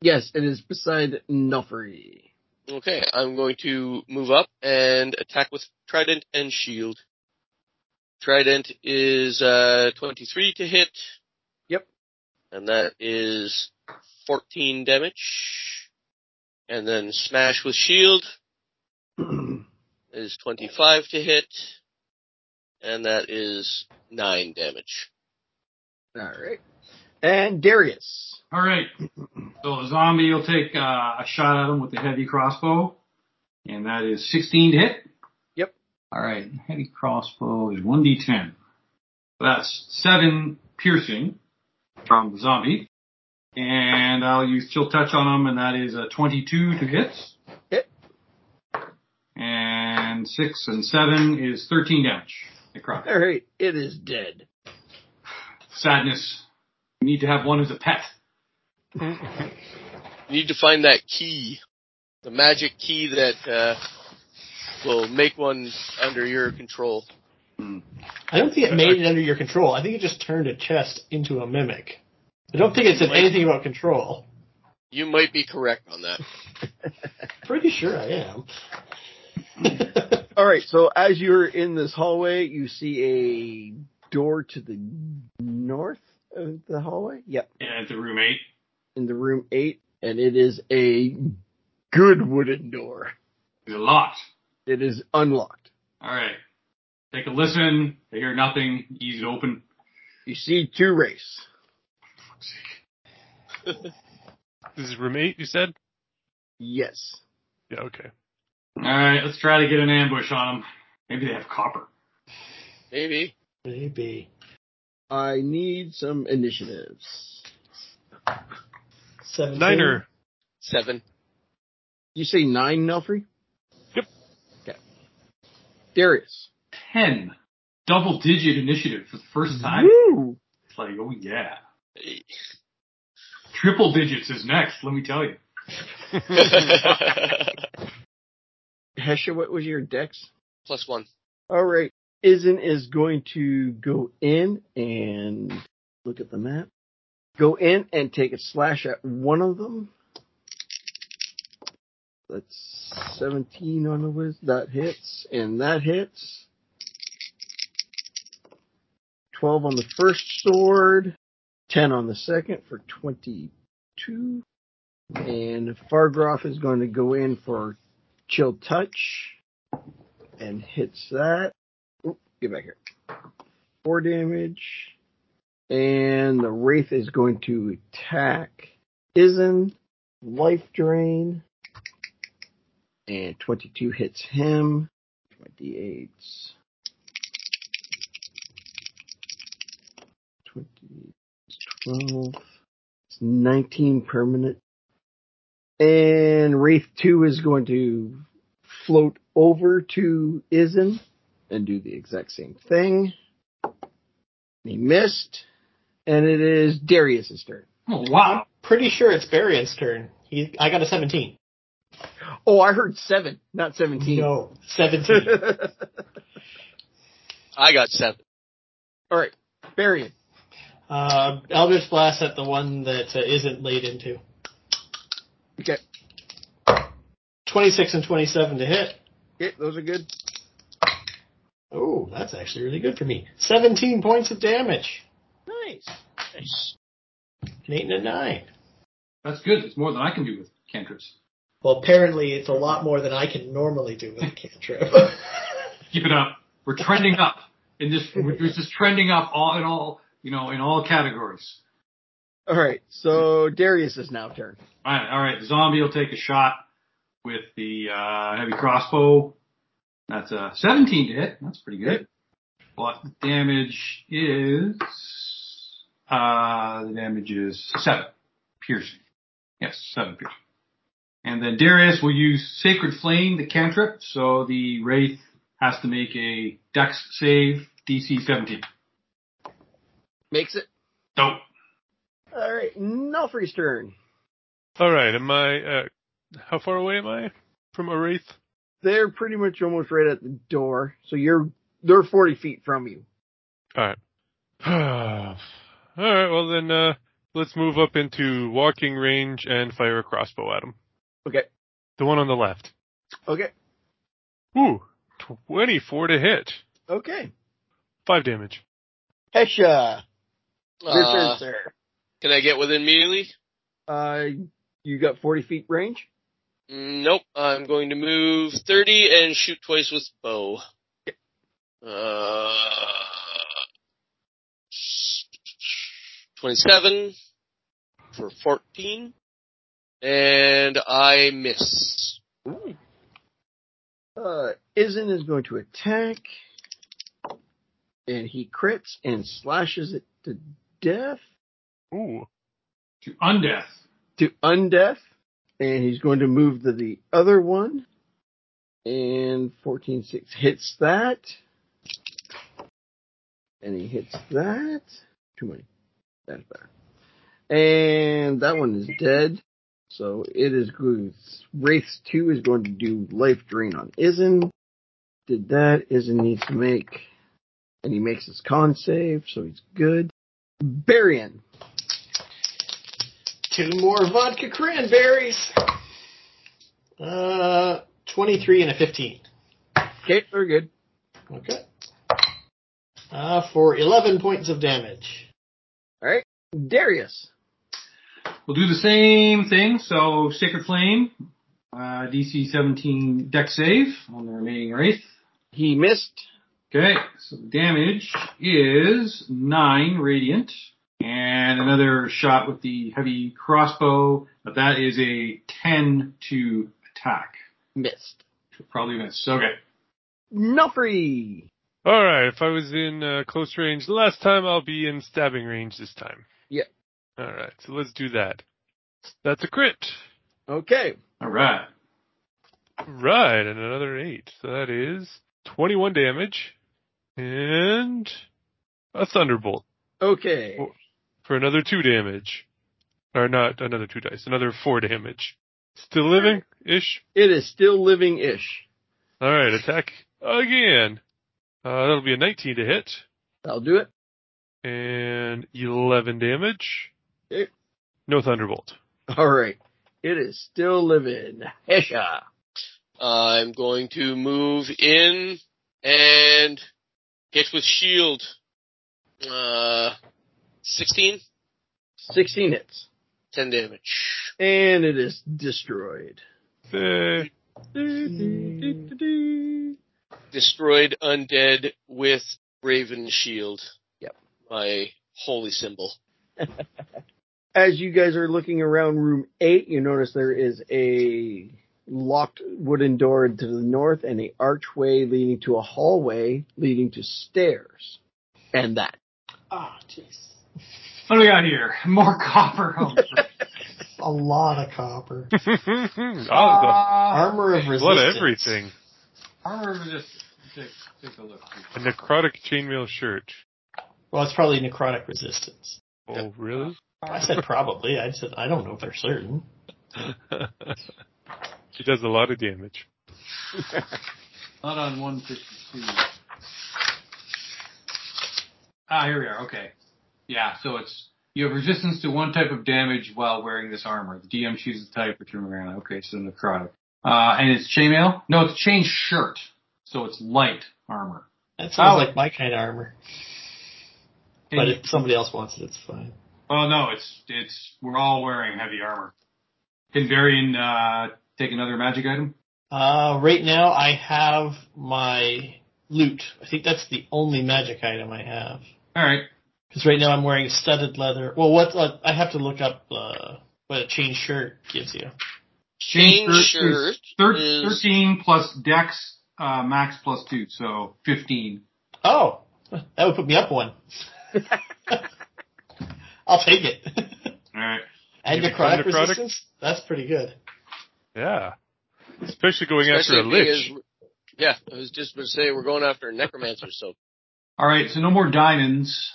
A: Yes, it is beside Nuffery.
F: Okay, I'm going to move up and attack with trident and shield. Trident is uh, 23 to hit.
A: Yep.
F: And that is 14 damage. And then smash with shield is 25 to hit. And that is 9 damage.
A: Alright. And Darius.
D: All right. So the zombie will take uh, a shot at him with the heavy crossbow, and that is 16 to hit.
A: Yep.
D: All right. Heavy crossbow is 1d10. So that's seven piercing from the zombie, and I'll use chill touch on him, and that is a 22 to hit.
A: Hit.
D: And six and seven is 13 damage. Necrotic.
A: Alright, it is dead.
D: Sadness. You need to have one as a pet.
F: You need to find that key. The magic key that uh, will make one under your control.
E: I don't think it made it under your control. I think it just turned a chest into a mimic. I don't think it said anything about control.
F: You might be correct on that.
E: Pretty sure I am.
A: All right. So as you're in this hallway, you see a door to the north of the hallway? Yep.
D: And the room eight.
A: In the room eight, and it is a good wooden door.
D: There's a lot.
A: It is unlocked.
D: All right. Take a listen. They hear nothing. Easy to open.
A: You see two race.
C: This is room eight, you said?
A: Yes.
C: Yeah, okay.
D: All right. Let's try to get an ambush on them. Maybe they have copper.
F: Maybe.
E: Maybe.
A: I need some initiatives.
E: 17.
C: Niner.
F: Seven.
A: You say nine, Nelfrey?
C: Yep.
A: Okay. Darius.
D: Ten. Double digit initiative for the first time.
A: Woo!
D: It's like, oh yeah. Triple digits is next. Let me tell you.
A: Hesha, what was your dex?
F: Plus one.
A: All right. Isn't is going to go in and look at the map. Go in and take a slash at one of them. That's 17 on the whiz. That hits. And that hits. 12 on the first sword. 10 on the second for 22. And Fargroff is going to go in for chill touch and hits that. Oop, get back here. Four damage. And the Wraith is going to attack Izen. Life drain. And 22 hits him. My d8s. 20, 12. It's 19 permanent. And Wraith 2 is going to float over to Izen and do the exact same thing. He missed. And it is Darius's turn.
D: Oh, wow.
E: Pretty sure it's Barion's turn. He, I got a 17.
A: Oh, I heard seven, not 17.
E: No, 17.
F: I got seven.
A: All right. Barian.
E: uh, Eldritch Blast at the one that uh, isn't laid into.
A: Okay.
E: 26 and 27 to hit.
A: Okay, those are good.
E: Oh, that's actually really good for me. 17 points of damage.
A: Nice.
E: Nice. An 8 and a 9.
D: That's good. It's more than I can do with cantrips.
E: Well, apparently it's a lot more than I can normally do with a cantrip.
D: Keep it up. We're trending up. In this, we're just trending up all in all, you know, in all categories.
A: All right. So Darius is now turn.
D: All right, all right. The zombie will take a shot with the uh, heavy crossbow. That's a 17 to hit. That's pretty good. But the damage is uh, the damage is seven piercing. Yes, seven piercing. And then Darius will use Sacred Flame, the cantrip, so the wraith has to make a Dex save, DC 17.
A: Makes it.
D: Nope.
A: All right. Nelfry's turn.
C: All right, am I, uh, how far away am I from a wraith?
A: They're pretty much almost right at the door. So you're, they're 40 feet from you.
C: All right, well then, uh, let's move up into walking range and fire a crossbow at him.
A: Okay.
C: The one on the left.
A: Okay.
C: Ooh, 24 to hit.
A: Okay.
C: Five damage.
A: Hesha.
F: Uh,
A: this is her.
F: can I get within melee?
A: Uh, you got 40 feet range?
F: Nope. I'm going to move 30 and shoot twice with bow. Uh, 27 for 14. And I miss.
A: Uh, Izen is going to attack. And he crits and slashes it to death,
C: Ooh,
D: To undeath.
A: to undeath. And he's going to move to the other one. And 14-6 hits that. And he hits that. Too many. That's better. And that one is dead. So it is good. Wraiths 2 is going to do life drain on Izen. Did that. Izen needs to make. And he makes his con save, so he's good. Barian.
E: Two more vodka cranberries. Uh, 23 and a 15.
A: Okay, they're good.
E: Okay. Uh, for 11 points of damage.
A: All right, Darius.
D: We'll do the same thing. So Sacred Flame, uh, DC 17 deck save on the remaining Wraith.
A: He missed.
D: Okay, so the damage is 9 radiant. And another shot with the heavy crossbow, but that is a 10 to attack.
A: Missed.
D: So Probably miss. Okay.
A: Nuffrey.
C: All right, if I was in uh, close range last time, I'll be in stabbing range this time.
A: Yeah.
C: All right, so let's do that. That's a crit.
A: Okay.
D: Alright.
C: Right, and another eight. So that is 21 damage and a thunderbolt
A: Okay.
C: Oh. for another two damage. Or not another two dice, another four damage. Still living ish.
A: It is still living ish.
C: All right, attack again. Uh, that'll be a 19 to hit
A: That'll do it.
C: and 11 damage.
A: Okay.
C: No thunderbolt.
A: All right. It is still living. Hesha.
F: I'm going to move in and hit with shield. Uh, 16,
A: 16 hits.
F: 10 damage.
A: And it is destroyed.
C: Eh.
F: Destroyed undead with Raven Shield.
A: Yep.
F: My holy symbol.
A: As you guys are looking around room 8, you notice there is a locked wooden door to the north and a archway leading to a hallway leading to stairs. And that.
E: Ah, jeez.
D: What do we got here? More copper. Oh,
E: A lot of copper.
D: Ah,
C: oh,
E: Armor of
D: okay.
C: the
E: resistance.
C: Ah, blood everything.
D: Armor of resistance. Take, take a look.
C: A necrotic chainmail shirt.
E: Well, it's probably necrotic resistance.
C: Oh, really?
E: I said probably. I said I don't know for certain.
C: she does a lot of damage.
D: Not on 152. Ah, here we are. Okay. Yeah, so it's you have resistance to one type of damage while wearing this armor. The DM chooses the type for turn around. Okay, so necrotic. Uh, and it's chainmail? No, it's chain shirt. So it's light armor.
E: That sounds
D: Oh.
E: like my kind of armor.
D: And
E: But
D: you-
E: if somebody else wants it, it's fine.
D: well, no, it's it's we're all wearing heavy armor. Can Varian uh, take another magic item?
E: Uh, right now I have my loot. I think that's the only magic item I have.
D: All right.
E: Because right now I'm wearing studded leather. Well, what uh, I have to look up uh, what a chain shirt gives you.
F: Chain
D: Chain
F: shirt
D: shirt Thir-
F: is-
D: 13 plus dex, uh, max plus 2, so 15.
E: Oh, that would put me up one. I'll take it.
D: Alright.
E: and
C: You become
E: necrotic,
C: necrotic?
E: resistance. That's pretty good.
C: Yeah. Especially going
F: Especially
C: after a lich.
F: because- yeah, I was just going to say we're going after a necromancer, so
D: Alright, so no more diamonds.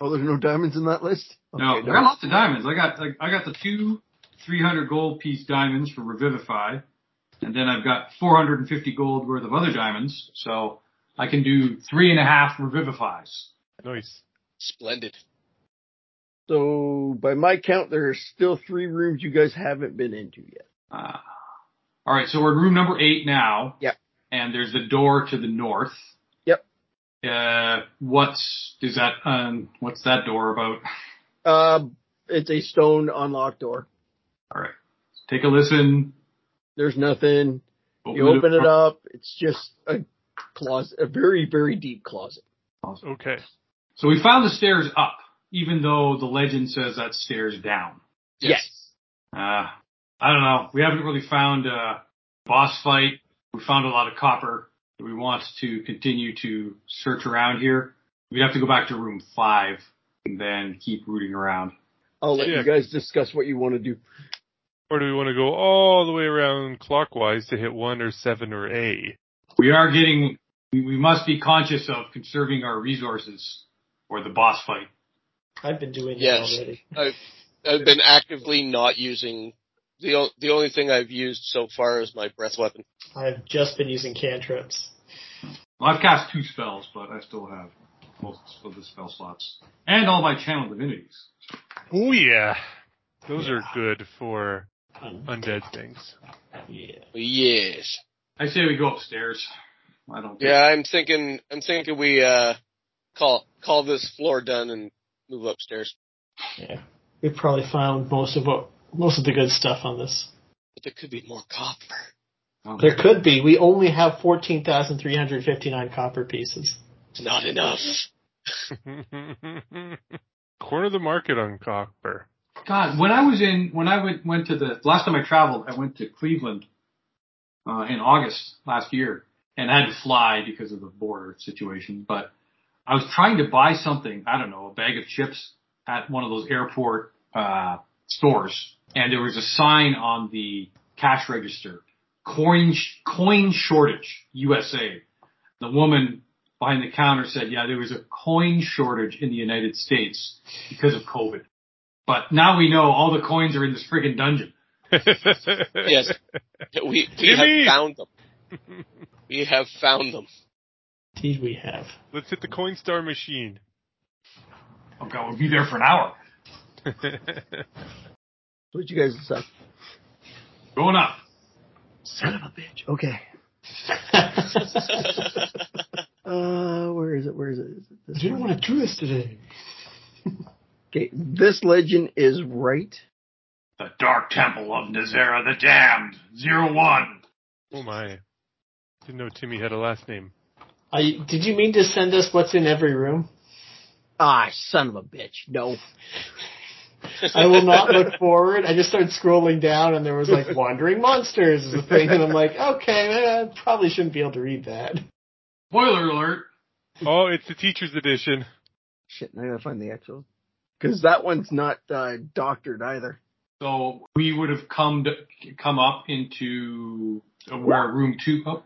A: Oh, there's no diamonds in that list?
D: No, I got lots of diamonds. I got, like, I got the two 300 gold piece diamonds for Revivify, and then I've got 450 gold worth of other diamonds, so I can do three and a half Revivifies.
C: Nice.
F: splendid.
A: So, by my count, there are still three rooms you guys haven't been into yet.
D: Uh, alright, so we're in room number eight now.
A: Yep.
D: And there's the door to the north.
A: Yep.
D: Uh, what's, is that, um, what's that door about?
A: Uh, it's a stone unlocked door.
D: All right. Take a listen.
A: There's nothing. You open it up. It's just a closet, a very, very deep closet.
C: Okay.
D: So we found the stairs up, even though the legend says that stairs down. Uh, I don't know. We haven't really found a boss fight. We found a lot of copper. We want to continue to search around here. We'd have to go back to room five and then keep rooting around.
A: I'll let
C: Yeah.
A: you guys discuss what you want to do.
C: Or do we want to go all the way around clockwise to hit one or seven or A?
D: We are getting, we we must be conscious of conserving our resources for the boss fight.
E: I've been doing
F: Yes.
E: that already.
F: I've been actively not using the o- the only thing I've used so far is my breath weapon.
E: I've just been using cantrips.
D: Well, I've cast two spells, but I still have most of the spell slots and all my channel divinities.
C: Oh yeah. Those are good for
E: Um,
C: undead things.
E: yeah.
F: Yes.
D: I say we go upstairs. I don't.
F: Yeah, I'm thinking I'm thinking we uh call call this floor done and move upstairs.
E: We probably found most of what most of the good stuff on this.
F: But there could be more copper.
D: Um,
E: There could be. We only have fourteen thousand three hundred fifty nine copper pieces.
F: It's not enough.
C: Corner the market on copper.
D: God, when I was in, when I went, went to the last time I traveled, I went to Cleveland uh, in August last year, and I had to fly because of the border situation. But I was trying to buy something, I don't know, a bag of chips at one of those airport uh, stores, and there was a sign on the cash register: coin sh- coin shortage, USA. The woman behind the counter said, "Yeah, there was a coin shortage in the United States because of COVID." But now we know all the coins are in this friggin' dungeon.
F: Yes, we we
C: Jimmy!
F: have found them. We have found them.
E: Indeed, we have.
C: Let's hit the Coinstar machine.
D: Oh god, we'll be there for an hour.
C: Oh,
A: What you guys decide?
D: Going up.
A: Son of a bitch. Okay. Uh, where is it? Where is it? Is it
E: I
A: this
E: didn't
A: one?
E: want to do this today.
A: Okay, this legend is right.
D: The Dark Temple of Nazera the Damned. Zero one.
C: oh my. Didn't know Timmy had a last name.
E: I, did you mean to send us what's in every room?
A: Ah, son of a bitch. No.
E: I will not look forward. I just started scrolling down, and there was like wandering monsters is a thing, and I'm like, okay, man, I probably shouldn't be able to read that.
D: Spoiler alert.
C: Oh, it's the teacher's edition.
A: Shit, now I gotta find the actual. Because that one's not uh, doctored either.
D: So we would have come to, come up into uh, where room two. Oh,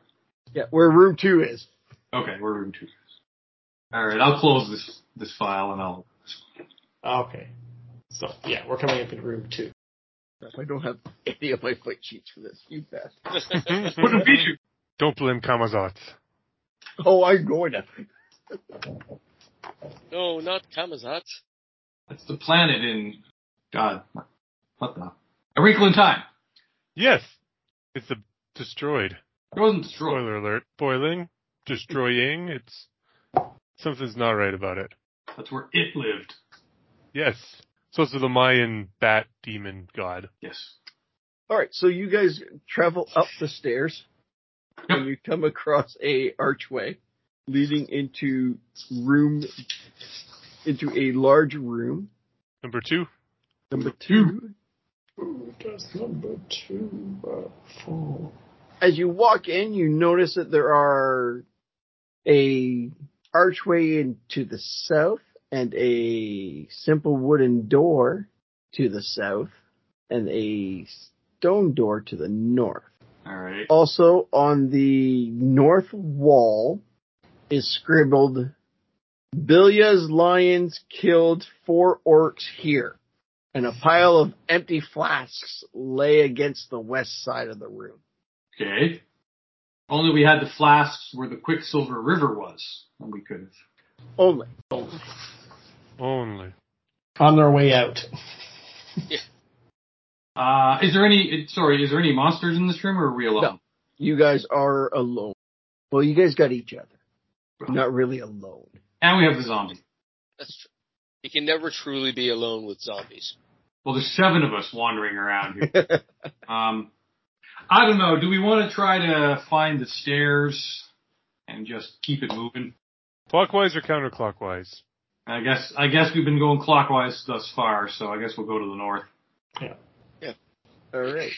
A: Yeah, where room two is.
D: okay, where room two is. All right, I'll close this this file and I'll.
E: Okay, so yeah, we're coming up in room two.
A: I don't have any of my fight sheets for this. You bet.
D: Wouldn't beat you.
C: Don't blame Kamazats.
A: Oh, I'm going to.
F: no, not Kamazat.
D: That's the planet in. God, what the? A wrinkle in time.
C: Yes. It's the destroyed.
D: It wasn't destroyed.
C: Spoiler alert. Boiling. Destroying. It's something's not right about it.
D: That's where it lived.
C: Yes. It's also the Mayan bat demon god.
D: Yes.
A: All right, so you guys travel up the stairs, and you come across a archway leading into room into a large room
C: Number two.
A: number two.
E: Does number two uh, fall?
A: as you walk in, you notice that there are a archway into the south and a simple wooden door to the south and a stone door to the north.
D: All right.
A: Also on the north wall is scribbled Bilya's lions killed four orcs here. And a pile of empty flasks lay against the west side of the room.
D: Okay. Only we had the flasks where the Quicksilver River was, and we could have.
A: Only.
C: Only.
E: On their way out.
D: Uh, is there any? Sorry, is there any monsters in this room, or are we alone?
A: You guys are alone. Well, you guys got each other. You're not really alone.
D: And we have the zombie.
F: That's true. You can never truly be alone with zombies.
D: Well, there's seven of us wandering around here. um, I don't know. Do we want to try to find the stairs and just keep it moving?
C: Clockwise or counterclockwise?
D: I guess. I guess we've been going clockwise thus far, so I guess we'll go to the north.
A: All right.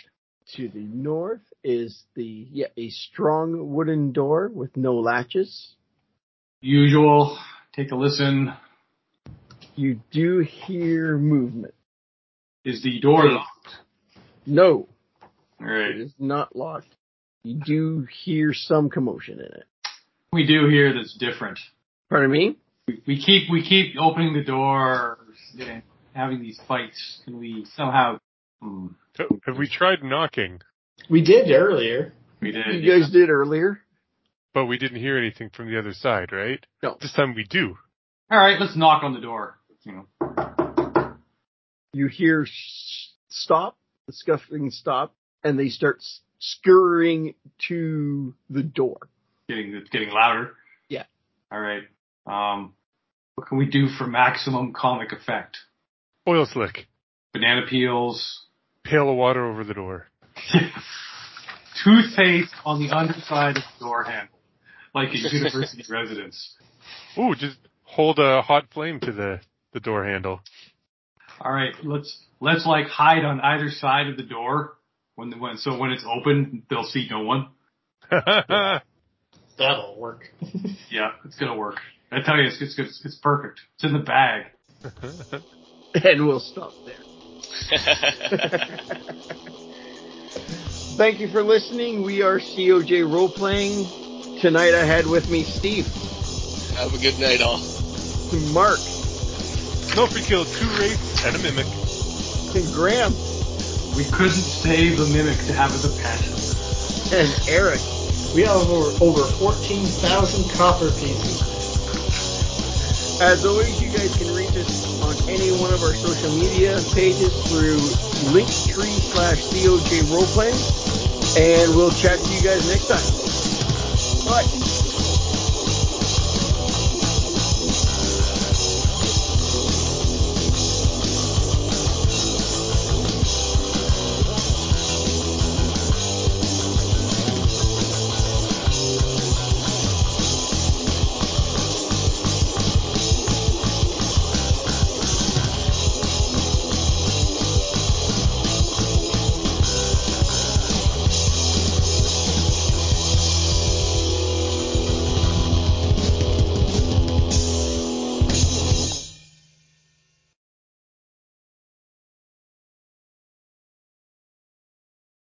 A: To the north is the yeah a strong wooden door with no latches.
D: Usual. Take a listen.
A: You do hear movement.
D: Is the door locked?
A: No,
D: All
A: it
D: right.
A: is not locked. You do hear some commotion in it.
D: We do here. That's different.
A: Pardon me.
D: we keep we keep opening the door and having these fights. Can we somehow? Hmm,
C: Have we tried knocking?
E: We did earlier.
D: we did.
A: You guys did earlier.
C: But we didn't hear anything from the other side, right?
A: No.
C: This time we do.
D: All right, let's knock on the door. You know,
A: You hear s- stop the scuffling stop, and they start s- scurrying to the door.
D: getting it's getting louder.
A: Yeah.
D: All right. Um, what can we do for maximum comic effect?
C: Oil slick.
D: banana peels,
C: Pail of water over the door.
D: toothpaste on the underside of the door handle, like a university residence.
C: Ooh, just hold a hot flame to the, the door handle.
D: All right, let's let's like hide on either side of the door when the, when so when it's open they'll see no one.
G: That'll work.
D: Yeah, it's gonna work. I tell you, it's it's it's, it's perfect. It's in the bag.
A: And we'll stop there. Thank you for listening. We are COJ role playing. Tonight I had with me Steve,
F: Have a good night, all.
A: Mark,
C: Don't forget, kill two wraiths and a mimic.
A: and Graham,
D: We couldn't save the mimic to have as a pet.
A: and Eric.
E: We have over, over 14,000 copper pieces.
A: As always, you guys can reach us on any one of our social media pages through linktree slash COJ roleplay. And we'll chat to you guys next time. Bye.